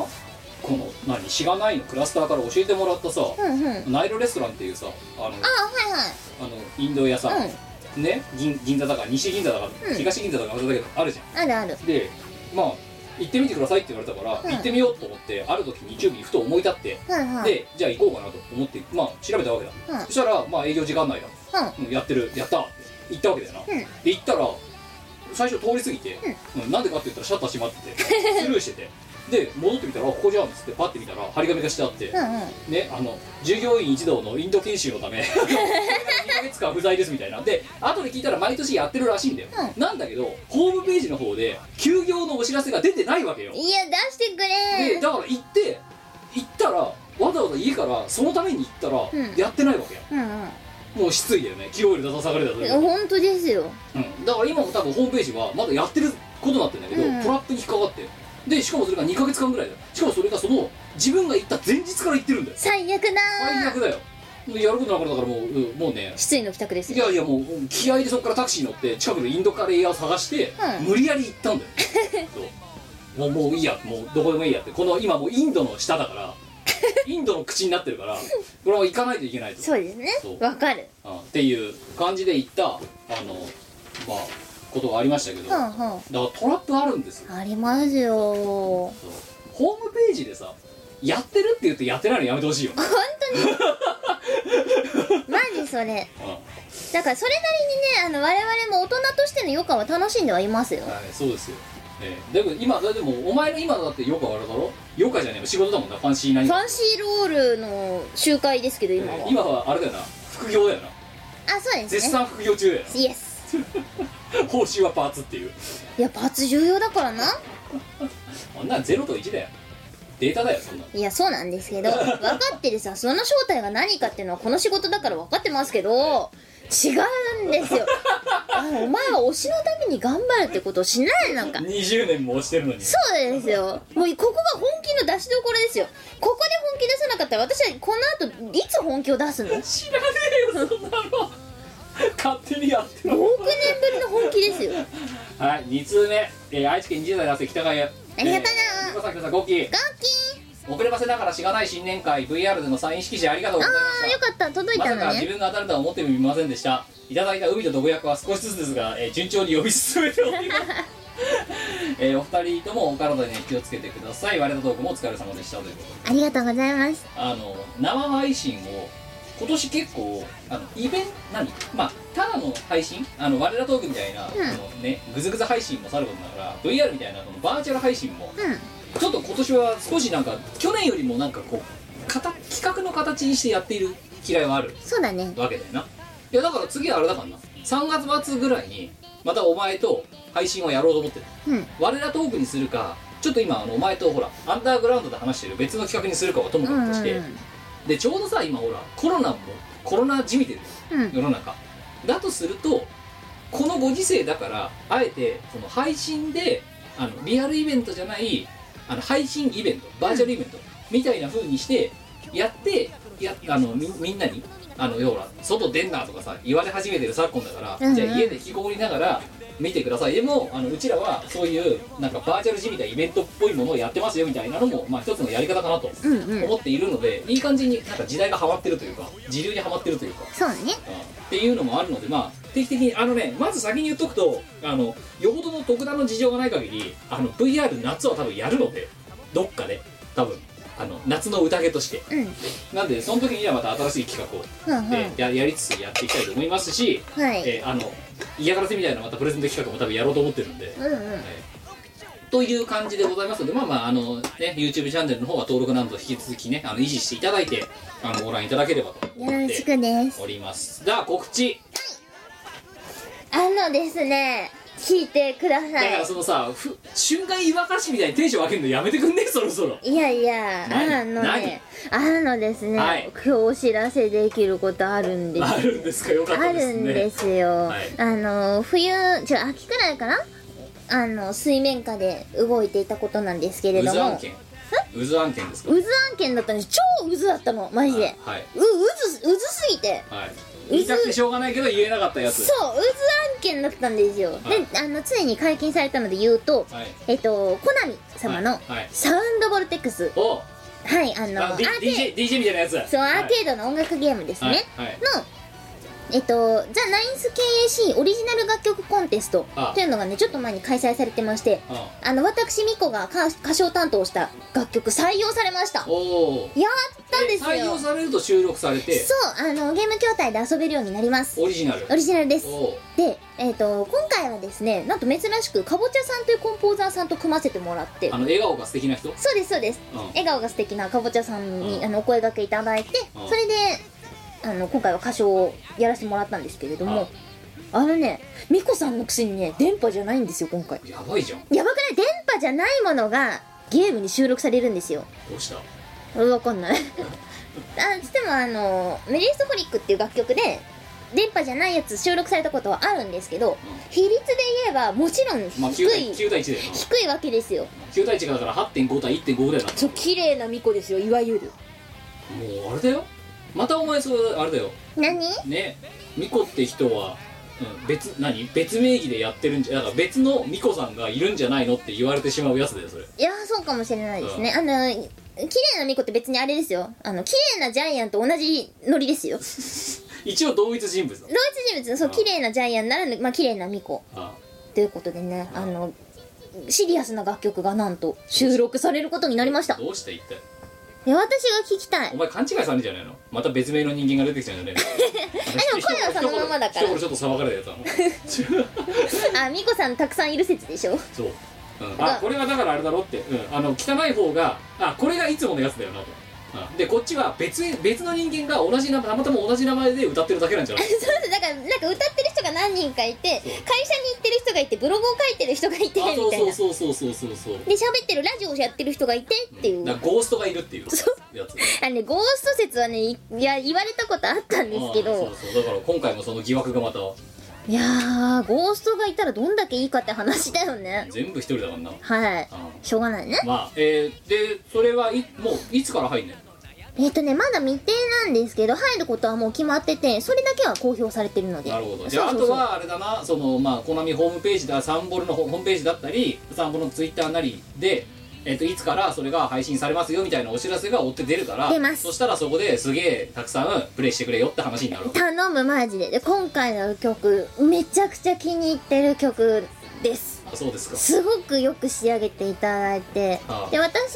S1: この何しがないのクラスターから教えてもらったさ、
S2: うんうん
S1: ナイルレストランっていうさあのあ
S2: あはいはい
S1: のインド屋さ、
S2: う
S1: ね銀銀座だか西銀座だか、
S2: うん
S1: 東銀座だか忘れたけどあるじゃん
S2: あるある
S1: でまあ行ってみてくださいって言われたから、
S2: うん
S1: 行ってみようと思ってある時日曜日にふと思い立って、
S2: はいはい
S1: でじゃあ行こうかなと思ってまあ調べたわけだ、
S2: うん
S1: そしたらまあ営業時間内だ、
S2: うん
S1: うんやってるやったって行ったわけだよな、
S2: うん
S1: で行ったら最初通り過ぎて、うんなんでかって言ったらシャッター閉まって てスルーしててで戻ってみたらあここじゃんっつってパッて見たら張り紙がしてあって、
S2: うんうん
S1: ね、あの従業員一同のインド研修のため2ヶ月間不在ですみたいなで後で聞いたら毎年やってるらしいんだよ、
S2: う
S1: なんだけどホームページの方で休業のお知らせが出てないわけよ
S2: いや出してく
S1: で
S2: れ
S1: だから行って行ったらわざわざ家からそのために行ったら、
S2: うん
S1: やってないわけよ
S2: うんうん
S1: もう失意だよね気を入れた下がりだと、
S2: いや本当ですよ
S1: うん、だから今も多分ホームページはまだやってることになってるんだけど、
S2: うん
S1: トラップに引っかかってでしかもそれが2ヶ月間ぐらいだよしかもそれがその自分が行った前日から行ってるんだよ
S2: 最悪だー
S1: 最悪だよでやることなかったからもう、うんもうね
S2: 失意の帰宅です
S1: い
S2: よ
S1: やいやもううん気合でそこからタクシー乗って近くのインドカレー屋を探して、
S2: うん
S1: 無理やり行ったんだよ そうもうもういいやもうどこでもいいやってこの今もうインドの下だから インドの口になってるからこれは行かないといけないと
S2: そうですね
S1: そう
S2: わかる
S1: うんっていう感じで行ったあのまあことがありましたけど、
S2: う
S1: だか
S2: んうん
S1: らトラップあるんですよ
S2: ありますよ
S1: そうホームページでさやってるって言ってやってないのやめてほしいよね、
S2: マジそれ
S1: うんはい、
S2: だからそれなりにねあの我々も大人としての余暇は楽しんではいますよ
S1: そうですよええでも今でもお前の今のだってよくあれだろよかじゃねえよ仕事だもんなファンシーな
S2: ファンシーロールの集会ですけど今は
S1: 今はあれだよな副業だよな
S2: あそうですね
S1: 絶賛副業中だよ
S2: イエス
S1: な報酬はパーツっていう
S2: いやパーツ重要だからな
S1: あんなん0と1だよデータだよそんなの
S2: いやそうなんですけど分かってるさその正体が何かっていうのはこの仕事だから分かってますけど違うんですよあお前は推しのために頑張るってことをしないなんか
S1: 20年も押してるのに
S2: そうですよもうここが本気の出しどころですよここで本気出さなかったら私はこの後いつ本気を出すの5
S1: 知らねえよそんなの勝手にやってる
S2: 億年ぶりの本気ですよ
S1: はい2通目、えー愛知県20代男性北川あ
S2: りがとうな
S1: えー、さんさんごき
S2: ガッキー
S1: 遅ればせながらしがない新年会 VR でのサイン色紙ありがとうございまし
S2: あ
S1: た
S2: ーよかった届い
S1: ま
S2: た
S1: さ
S2: の
S1: か自
S2: ね
S1: 分が当たるとは思ってもみませんでしたいただいた海と毒薬は少しずつです が、えー順調に呼び進めております えーお二人ともお体に気をつけてください我のトークもお疲れ様でしたということで
S2: ありがとうございます
S1: あの生配信を今年結構あのイベント何まあただの配信あの我らトークみたいな、
S2: ん
S1: あのねグズグズ配信もさることながら VR みたいなこのバーチャル配信も、
S2: う
S1: ちょっと今年は少しなんか去年よりもなんかこうかた企画の形にしてやっている嫌いはある
S2: んそうだね
S1: わけだよないやだから次はあれだからな3月末ぐらいにまたお前と配信をやろうと思ってる
S2: うん
S1: 我らトークにするかちょっと今あのお前とほらアンダーグラウンドで話してる別の企画にするかはとも
S2: う
S1: かく
S2: ん
S1: として、でちょうどさ今ほらコロナもコロナじみてる
S2: うん
S1: 世の中だとするとこのご時世だからあえてその配信であのリアルイベントじゃないあの配信イベントバーチャルイベントみたいな風にしてやってやあのみみんなにあの要は外出んなとかさ言われ始めてる昨今だから、
S2: うんうん
S1: じゃあ家で引きこもりながら見てくださいでもあのうちらはそういうなんかバーチャル地みたいなイベントっぽいものをやってますよみたいなのも、まあ、一つのやり方かなと
S2: うんうん
S1: 思っているのでいい感じになんか時代がハマってるというか時流にハマってるというか、
S2: そうね
S1: うんっていうのもあるのでまあ定期的にあのねまず先に言っとくとあのよほどの特段の事情がない限りあの VR 夏は多分やるのでどっかで多分あの夏の宴として
S2: うん
S1: なんでその時にはまた新しい企画を、
S2: うん
S1: えーややりつつやっていきたいと思いますし、
S2: うんはい
S1: えーあの嫌がらせみたいなまたプレゼント企画も多分やろうと思ってるんで、
S2: うんうん
S1: えーという感じでございますので、まあまあ、あの、ね、YouTube チャンネルの方は登録など引き続きね、あの、維持していただいて、あの、ご覧いただければと思
S2: よ
S1: っ
S2: ろしてくです
S1: おります。じゃあ、告知。
S2: あのですね聞いてくださ
S1: だから
S2: い
S1: そのさ、ふ瞬間違和歌詞みたいにテンション上げるのやめてくんねそろそろ。
S2: いやいや
S1: 何
S2: あのねあのですね、
S1: はい
S2: 今日お知らせできることあるんです
S1: あるんですかよかっ
S2: あ
S1: たですね。
S2: るんですよ、
S1: はい
S2: あの冬じゃ秋くらいかなあの水面下で動いていたことなんですけれど
S1: 渦案
S2: も
S1: 件。渦案件です
S2: 渦
S1: か
S2: 案件だったんです超渦だったのマジで、
S1: はい。
S2: う渦渦すぎて
S1: はい。言いたくてしょうがないけど言えなかったやつ。
S2: そう渦案件だったんですよ、
S1: はい
S2: であのついに解禁されたので言うと、
S1: はい
S2: えっとコナミ様の
S1: はいはい
S2: サウンドボルテックス
S1: お
S2: はい、あの
S1: あ、D、
S2: アーケ
S1: DJ, DJ みたいなやつ。
S2: そう、
S1: はい
S2: アーケードの音楽ゲームですね、
S1: はいはい
S2: のえっと、ザ・ナインス KAC オリジナル楽曲コンテスト
S1: あ
S2: というのがねちょっと前に開催されてまして
S1: あ
S2: あの私ミコが歌歌唱担当した楽曲採用されましたやっ
S1: おー
S2: たんです
S1: 採用
S2: よ
S1: されると収録されて
S2: そうあのゲーム筐体で遊べるようになります
S1: オリジナル
S2: オリジナルです
S1: おう
S2: で、えっと今回はですねなんと珍しくかぼちゃさんというコンポーザーさんと組ませてもらって
S1: あの笑顔が素敵な人うん
S2: そうですそうです笑顔が素敵なかぼちゃさんに、
S1: うん
S2: あのお声掛けいただいて、
S1: うん
S2: それであの今回は歌唱をやらせてもらったんですけれども、あのねミコさんのくせにね電波じゃないんですよ今回
S1: やばいじゃん
S2: やばくない電波じゃないものがゲームに収録されるんですよ
S1: どうした
S2: わかん ないあつってもあのメリーストホリックっていう楽曲で電波じゃないやつ収録されたことはあるんですけど比率で言えばもちろん低い、
S1: まあ9対9対1だよな
S2: 低いわけですよ
S1: 9対1がだから8.5対1.5だよな
S2: そう綺麗なミコですよいわゆる
S1: もうあれだよまたお前それあれだよ
S2: 何
S1: ねミコって人は、うん、別何別名義でやってるんじゃだから別のミコさんがいるんじゃないのって言われてしまうやつだよそれ
S2: いやーそうかもしれないですね、あの綺麗なミコって別にあれですよあの綺麗なジャイアンと同じノ リですよ同
S1: 一応同一人物だ
S2: 一人物のそう
S1: あ
S2: 綺麗なジャイアンならぬまあ綺麗なミコ
S1: あ
S2: ということでねあのシリアスな楽曲がなんと収録されることになりましたい
S1: どうした一体
S2: や私が聞きたい
S1: お前勘違いされるんじゃないのまた別名の人間が出てきたんじゃないのあ
S2: でも声はそのままだから
S1: 一頃ちょっと騒がれたやつだもん
S2: あミコさんたくさんいる説でし ょ
S1: そう、うん、あこれはだからあれだろって、うん、あの汚い方があこれがいつものやつだよなと、うん、でこっちは別別の人間が同じ名前たまたま同じ名前で歌ってるだけなんじゃない
S2: そうですだからなんか歌ってる人が何人かいて会社に
S1: そう
S2: 行ってる人がいてブログを書いてる人がいてみた
S1: あ
S2: い
S1: そうそ
S2: な
S1: うそうそうそうそうそう
S2: で喋ってるラジオをやってる人がいてっていう、
S1: だからゴーストがいるっていうやつ
S2: あのねゴースト説はねいいや言われたことあったんですけ
S1: ああそ
S2: ど
S1: うそうだから今回もその疑惑がまた
S2: いやーゴーストがいたらどんだけいいかって話だよね
S1: 全部一人だからな
S2: はいしょうがないね
S1: まあえー、でそれはいもういつから入んねん
S2: えっ、とねまだ未定なんですけど入ることはもう決まっててそれだけは公表されてるので
S1: なるほどじゃああ
S2: そうそう
S1: と
S2: そう
S1: はあれだなそのまあコナミホームページだサンボルのホホームページだったりサンボルのツイッターなりで、えっといつからそれが配信されますよみたいなお知らせが追って出るから
S2: 出ます
S1: そしたらそこですげえたくさんプレイしてくれよって話になるわけ
S2: 頼むマジでで今回の曲めちゃくちゃ気に入ってる曲です
S1: あそうですか
S2: すごくよく仕上げていただいて
S1: ああ
S2: で私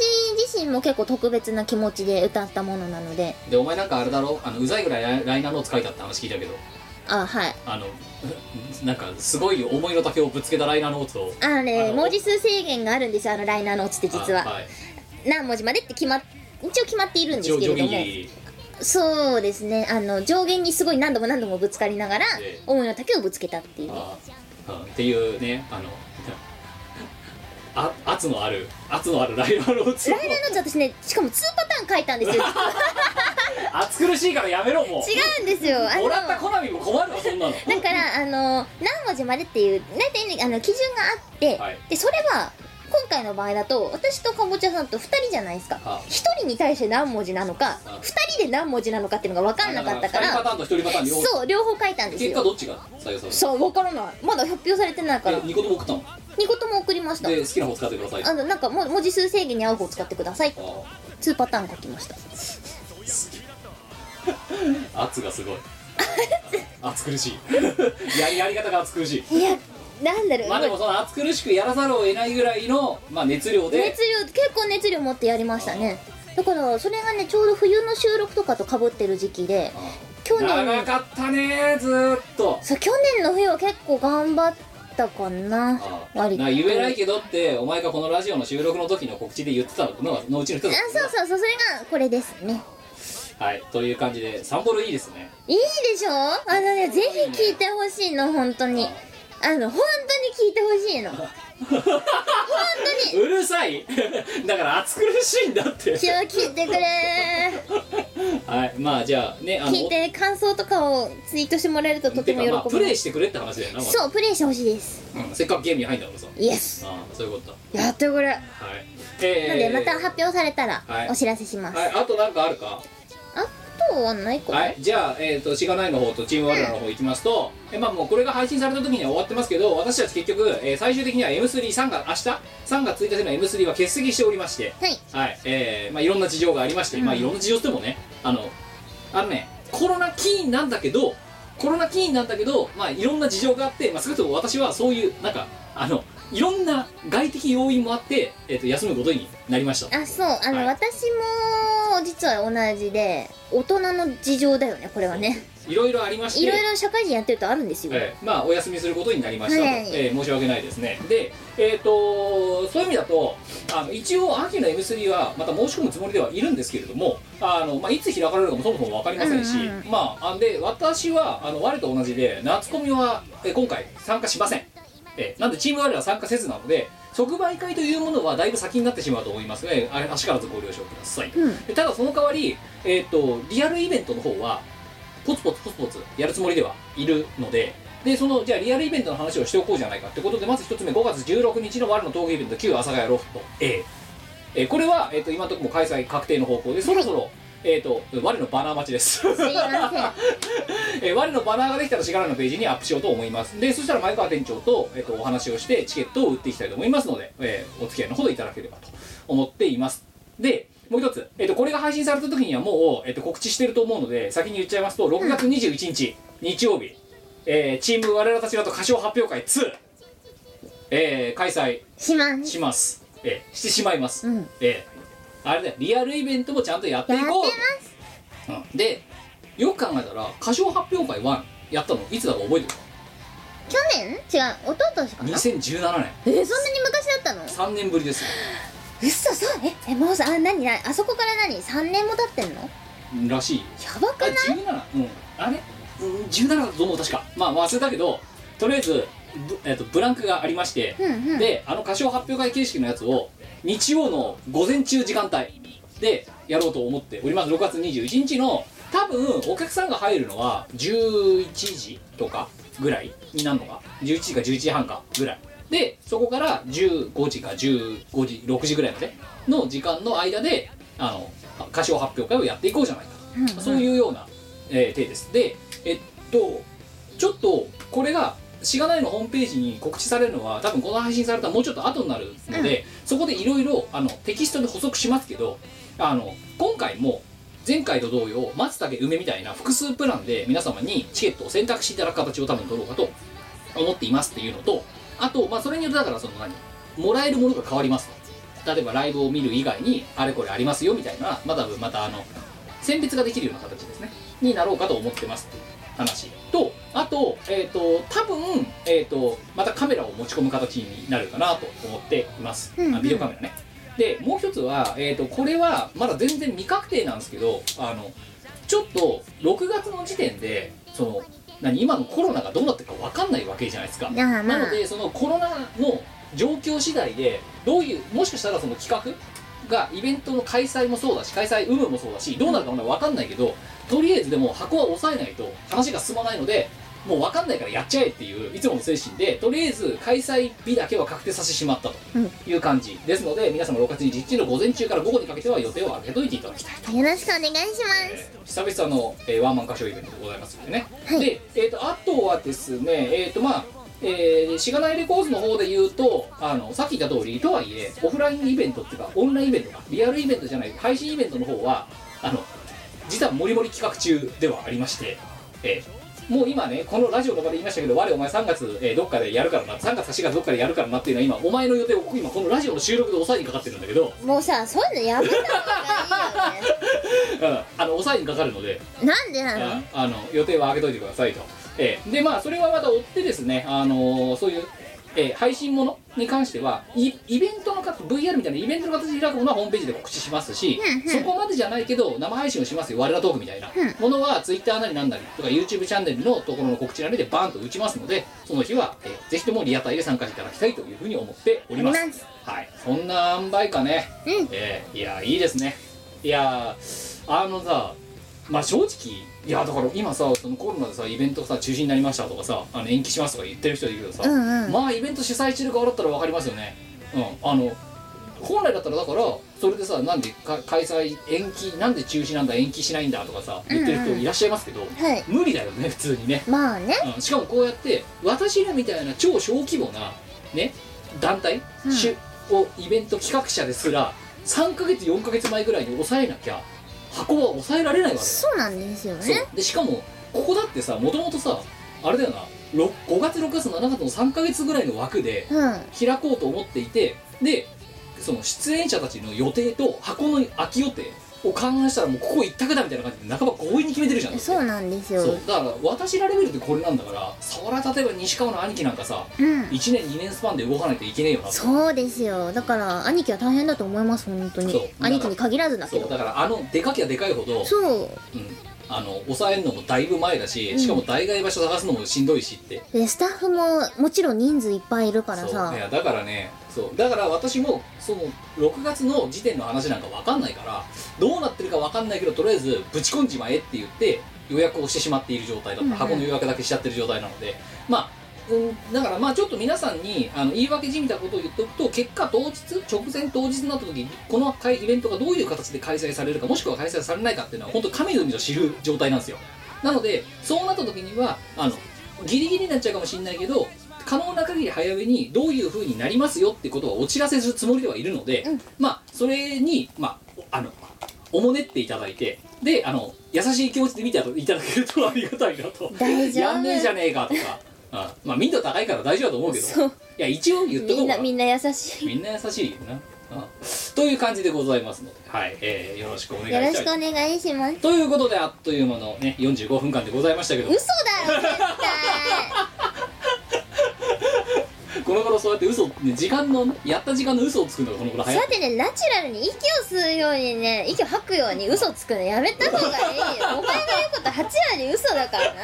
S2: 自身も結構特別な気持ちで歌ったものなので
S1: でお前なんかあれだろあのうざいぐらいライライナーノーツ書いたって話聞いたけど
S2: あはい
S1: あのなんかすごい思いの丈をぶつけたライナーノーツを
S2: あのね
S1: あの
S2: 文字数制限があるんですよあのライナーのオチって実は、
S1: あい
S2: 何文字までって決まっ一応決まっているん
S1: 一
S2: です
S1: 応
S2: け
S1: 上
S2: れど
S1: 限
S2: も
S1: ギリ
S2: そうですねあの上限にすごい何度も何度もぶつかりながら
S1: ええ
S2: 思いの丈をぶつけたっていう
S1: ああうんっていうねあのあ圧のある圧のあるライナーノーツを
S2: ライナーのオチ私ねしかも2パターン書いた んですよ
S1: 暑苦しいからやめろもう
S2: 違うんですよあ
S1: もらった
S2: の
S1: コナミも困るわそんなの
S2: だからあの何文字までっていう大体ねあの基準があって、
S1: はい
S2: でそれは今回の場合だと私とかぼちゃさんと2人じゃないですか
S1: あ
S2: 1人に対して何文字なのか
S1: あ
S2: 2人で何文字なのかっていうのが分かんなかったか
S1: 二人パタ
S2: ら
S1: ーンと一人パターン両方
S2: そう両方書いたんです
S1: 結果
S2: よ
S1: どっちが採用された
S2: そう分からないまだ発表されてないから
S1: え二個とも送ったの
S2: 二言も送りました
S1: で好きな方使ってください
S2: あのなんかも文字数制限に合う方を使ってください
S1: あ
S2: 2パターン書きました
S1: あ圧がすごい暑苦しい やりやり方が暑苦しい
S2: いやなんだろう、
S1: まあでもその暑苦しくやらざるを得ないぐらいの、まあ、熱量で
S2: 熱量結構熱量持ってやりましたねだからそれがねちょうど冬の収録とかとかぶってる時期で
S1: あ
S2: 去
S1: 長
S2: 年
S1: かったねずーっと
S2: そう去年の冬は結構頑張っったかな
S1: ああ
S2: 割と
S1: な言えないけどってお前がこのラジオの収録の時の告知で言ってたのがのうちの一つ
S2: あそうそうそうそれがこれですね
S1: はいという感じでサンボルいいですね
S2: いいでしょあのねぜひ聞いてほしいの本当にあの本当に聞いてほし いの本当に
S1: うるさい だから暑苦しいんだって
S2: 今日聞いてくれ
S1: はいまあじゃあねあの
S2: 聞いて感想とかをツイートしてもらえるとと
S1: て
S2: て
S1: かまあ
S2: も喜
S1: プ
S2: ぶ、
S1: レイしてくれって話だよな、まず
S2: そうプレイしてほしいです
S1: うんせっかくゲームに入んだからさ
S2: イエス
S1: ああそういうことだ
S2: やっとこれな
S1: はい
S2: の
S1: え
S2: で
S1: ー、
S2: また発表されたら
S1: はい
S2: お知らせします、
S1: はいあとなんかあるか
S2: あとはないかな、
S1: はい、じゃあ、えー、としがないの方とチーム我らの方行きますと、えまあ、もうこれが配信された時には終わってますけど私たち結局、えー最終的には M33 が明日3月1日の M3 は欠席しておりまして、
S2: はい
S1: はいえーまあ、いろんな事情がありまして、まあ、いろんな事情ってもねあのあのねコロナ起因なんだけどコロナ起因なんだけど、まあ、いろんな事情があって、まあ、少なくとも私はそういうなんかあのいろんな外的要因もあって、えー、と休むことになりました
S2: あそうあの、
S1: はい
S2: 私も実は同じで大人の事情だよねこれはね
S1: いろいろありまして
S2: いろいろ社会人やってるとあるんですよ、
S1: ええまあお休みすることになりましたと、
S2: はい
S1: ええ申し訳ないですねでえっ、とそういう意味だとあの一応秋の M3 はまた申し込むつもりではいるんですけれどもあの、まあ、いつ開かれるかもそもそも分かりませんし、
S2: うんうん
S1: まああんで私はあの我と同じで夏コミは、え今回参加しません、ええなんでチーム我は参加せずなので即売会というものはだいぶ先になってしまうと思いますのであれ足からずご了承ください、
S2: うん
S1: でただその代わり、えー、とリアルイベントの方はポツポツポツポツやるつもりではいるのででそのじゃあリアルイベントの話をしておこうじゃないかってことでまず一つ目5月16日のワルの闘技イベント旧阿佐ヶ谷ロフト A、えーこれは、えー、と今のところもう開催確定の方向でそろそろ、えー、と我のバナー待ちです
S2: すいません
S1: えー我のバナーができたらしがらのページにアップしようと思いますでそしたら前川店長と,、えっとお話をしてチケットを売っていきたいと思いますので、えーお付き合いのほどいただければと思っていますでもう一つ、えっとこれが配信された時にはもう、えっと告知してると思うので先に言っちゃいますと6月21日、日曜日、えーチーム我らたちらと歌唱発表会2、えー開催
S2: します
S1: します、えーしてしまいます、
S2: うん
S1: えーあれだよリアルイベントもちゃんとやっていこう
S2: やって
S1: うんでよく考えたら歌唱発表会1やったのいつだか覚えてる
S2: 去年違う一昨年かな
S1: 2017年
S2: えーそんなに昔だったの
S1: 3年ぶりですよ
S2: 嘘そうええもうさあ何何あそこから何3年も経ってんのや
S1: らしい
S2: ばく
S1: あ
S2: ない
S1: 17うんあれ、うん、17だと思う確かまあ忘れたけどとりあえずぶ,、えっとブランクがありまして、
S2: うんうん
S1: であの歌唱発表会形式のやつを日曜の午前中時間帯でやろうと思っております6月21日の多分お客さんが入るのは11時とかぐらいになるのか11時か11時半かぐらいでそこから15時か15時6時ぐらいまでの時間の間であの歌唱発表会をやっていこうじゃないかと
S2: うんうん
S1: そういうような、えー手ですでえっとちょっとこれがしがないのホームページに告知されるのは多分この配信されたもうちょっと後になるので、そこでいろいろあのテキストで補足しますけどあの今回も前回と同様松茸梅みたいな複数プランで皆様にチケットを選択していただく形を多分取ろうかと思っていますっていうのとあと、まあ、それによってだからその何もらえるものが変わりますと例えばライブを見る以外にあれこれありますよみたいなまだまたあの選別ができるような形ですねになろうかと思ってますっていう話とあと,、えー、と多分、えー、とまたカメラを持ち込む形になるかなと思っています、
S2: うんうん
S1: あビデオカメラねでもう一つは、えー、とこれはまだ全然未確定なんですけどあのちょっと6月の時点でその何今のコロナがどうなってるか分かんないわけじゃないですか
S2: まあまあ
S1: なのでそのコロナの状況次第でどういうもしかしたらその企画がイベントの開催もそうだし開催有無もそうだしどうなるかも分かんないけどとりあえずでも箱は押さえないと話が進まないのでもう分かんないからやっちゃえっていういつもの精神でとりあえず開催日だけは確定させてしまったと
S2: うん
S1: いう感じですので皆様6月21日の午前中から午後にかけては予定を上げといていただきたい
S2: よろしくお願いします
S1: えー久々の、えーワンマン歌唱イベントでございますのでね、
S2: はい
S1: で、えー、とあとはですねえっ、とまあえーしがないレコーズの方で言うとあのさっき言った通りとはいえオフラインイベントっていうかオンラインイベントかリアルイベントじゃない配信イベントの方はあの実はもりもり企画中ではありまして、えーもう今ねこのラジオの場で言いましたけど我お前3月、えーどっかでやるからな3月8月どっかでやるからなっていうのは今お前の予定を今このラジオの収録で抑えにかかってるんだけど、
S2: もうさそういうのやめた方がいいよ
S1: うん、あの抑えにかかるので
S2: ねなんでなの
S1: あの予定は開けといてくださいと、ええでまあそれはまた追ってですね、あのーそういうえー配信ものに関してはいイベントのか VR みたいなイベントの形で開くものはホームページで告知しますし、
S2: うんうん
S1: そこまでじゃないけど生配信をしますよ我らトークみたいな
S2: うん
S1: ものは Twitter なりなんなりとか YouTube チャンネルのところの告知なりでバーンと打ちますのでその日は、えーぜひともリアタイで参加していただきたいというふうに思っております
S2: おります
S1: はいそんな塩梅かね、
S2: うん
S1: えーいやいいですねいやーあのさまあ正直いやだから今さそのコロナでさイベントさ中止になりましたとかさあの延期しますとか言ってる人いるけどさ、
S2: うんうん
S1: まあイベント主催してる側だったら分かりますよねうんあの本来だったらだからそれでさなんでか開催延期なんで中止なんだ延期しないんだとかさ言ってる人いらっしゃいますけど、
S2: はい
S1: 無理だよね普通にね、
S2: まあね
S1: うん、しかもこうやって私らみたいな超小規模なね団体、
S2: うん
S1: 主をイベント企画者ですら3ヶ月4ヶ月前ぐらいに抑えなきゃ箱は抑えられないわけだよ
S2: そうなんですよ
S1: そう
S2: ね
S1: でしかもここだってさもともとさあれだよなろ5月6月7月の3ヶ月ぐらいの枠で
S2: うん
S1: 開こうと思っていてでその出演者たちの予定と箱の空き予定を勘案したらもうここ一択だみたいな感じで半ば強引に決めてるじゃんだって
S2: そうなんですよ
S1: そうだから私らレベルってこれなんだからそりゃ例えば西川の兄貴なんかさ
S2: うん
S1: 1年2年スパンで動かないといけねえよなと
S2: そうですよだから兄貴は大変だと思います本当
S1: そう
S2: に兄貴に限らずだけ
S1: そうだ
S2: ど
S1: からあのでかきゃでかいほど
S2: そう
S1: うん、あの抑えるのもだいぶ前だし、
S2: うん
S1: しかも代替場所探すのもしんどいしって
S2: でスタッフももちろん人数いっぱいいるから
S1: そ
S2: さ
S1: ういやだからねそうだから私もその6月の時点の話なんか分かんないからどうなってるか分かんないけどとりあえずぶち込んじまえって言って予約をしてしまっている状態だった、
S2: うんうん
S1: 箱の予約だけしちゃってる状態なのでまあうん、だからまあちょっと皆さんにあの言い訳じみたことを言っておくと結果当日直前当日になった時にこの会イベントがどういう形で開催されるかもしくは開催されないかっていうのは本当神のみぞ知る状態なんですよなのでそうなった時にはあのギリギリになっちゃうかもしれないけど可能な限り早めにどういう風になりますよってことはお知らせするつもりではいるので、
S2: うん
S1: まあそれにまああのおもねっていただいてであの優しい気持ちで見ていただけるとありがたいな と
S2: 大丈夫
S1: やんねえじゃねえかとか、うん、まあ民度高いから大丈夫だと思うけど
S2: そう
S1: いや一応言っと
S2: み
S1: こうんか
S2: な
S1: な
S2: みんな優しい
S1: みんな優しいよな、うんという感じでございますので、はいえーよろしくお願いし
S2: よ
S1: ま
S2: ろ
S1: す
S2: しくお願いします
S1: ということであっという間のね45分間でございましたけど
S2: 嘘だろ絶対
S1: この頃そうやって嘘、ね、時間のねやった時間の嘘をつくのがこの頃早い
S2: さてねナチュラルに息を吸うようにね息を吐くように嘘つくのやめた方がいいよお前の言うこと8割嘘だからな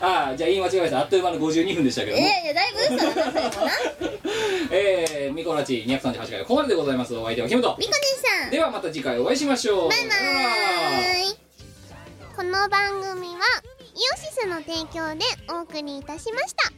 S1: ああじゃあ言い間違えましたあっという間の52分でしたけど
S2: い
S1: も
S2: やいやだいぶ嘘だなそれもな
S1: えー、ミコラチ238回ここまででございますお相手はキムト
S2: みこね
S1: ではまた次回お会いしましょう
S2: えさんバイバーイ
S3: この番組はイオシスの提供でお送りいたしました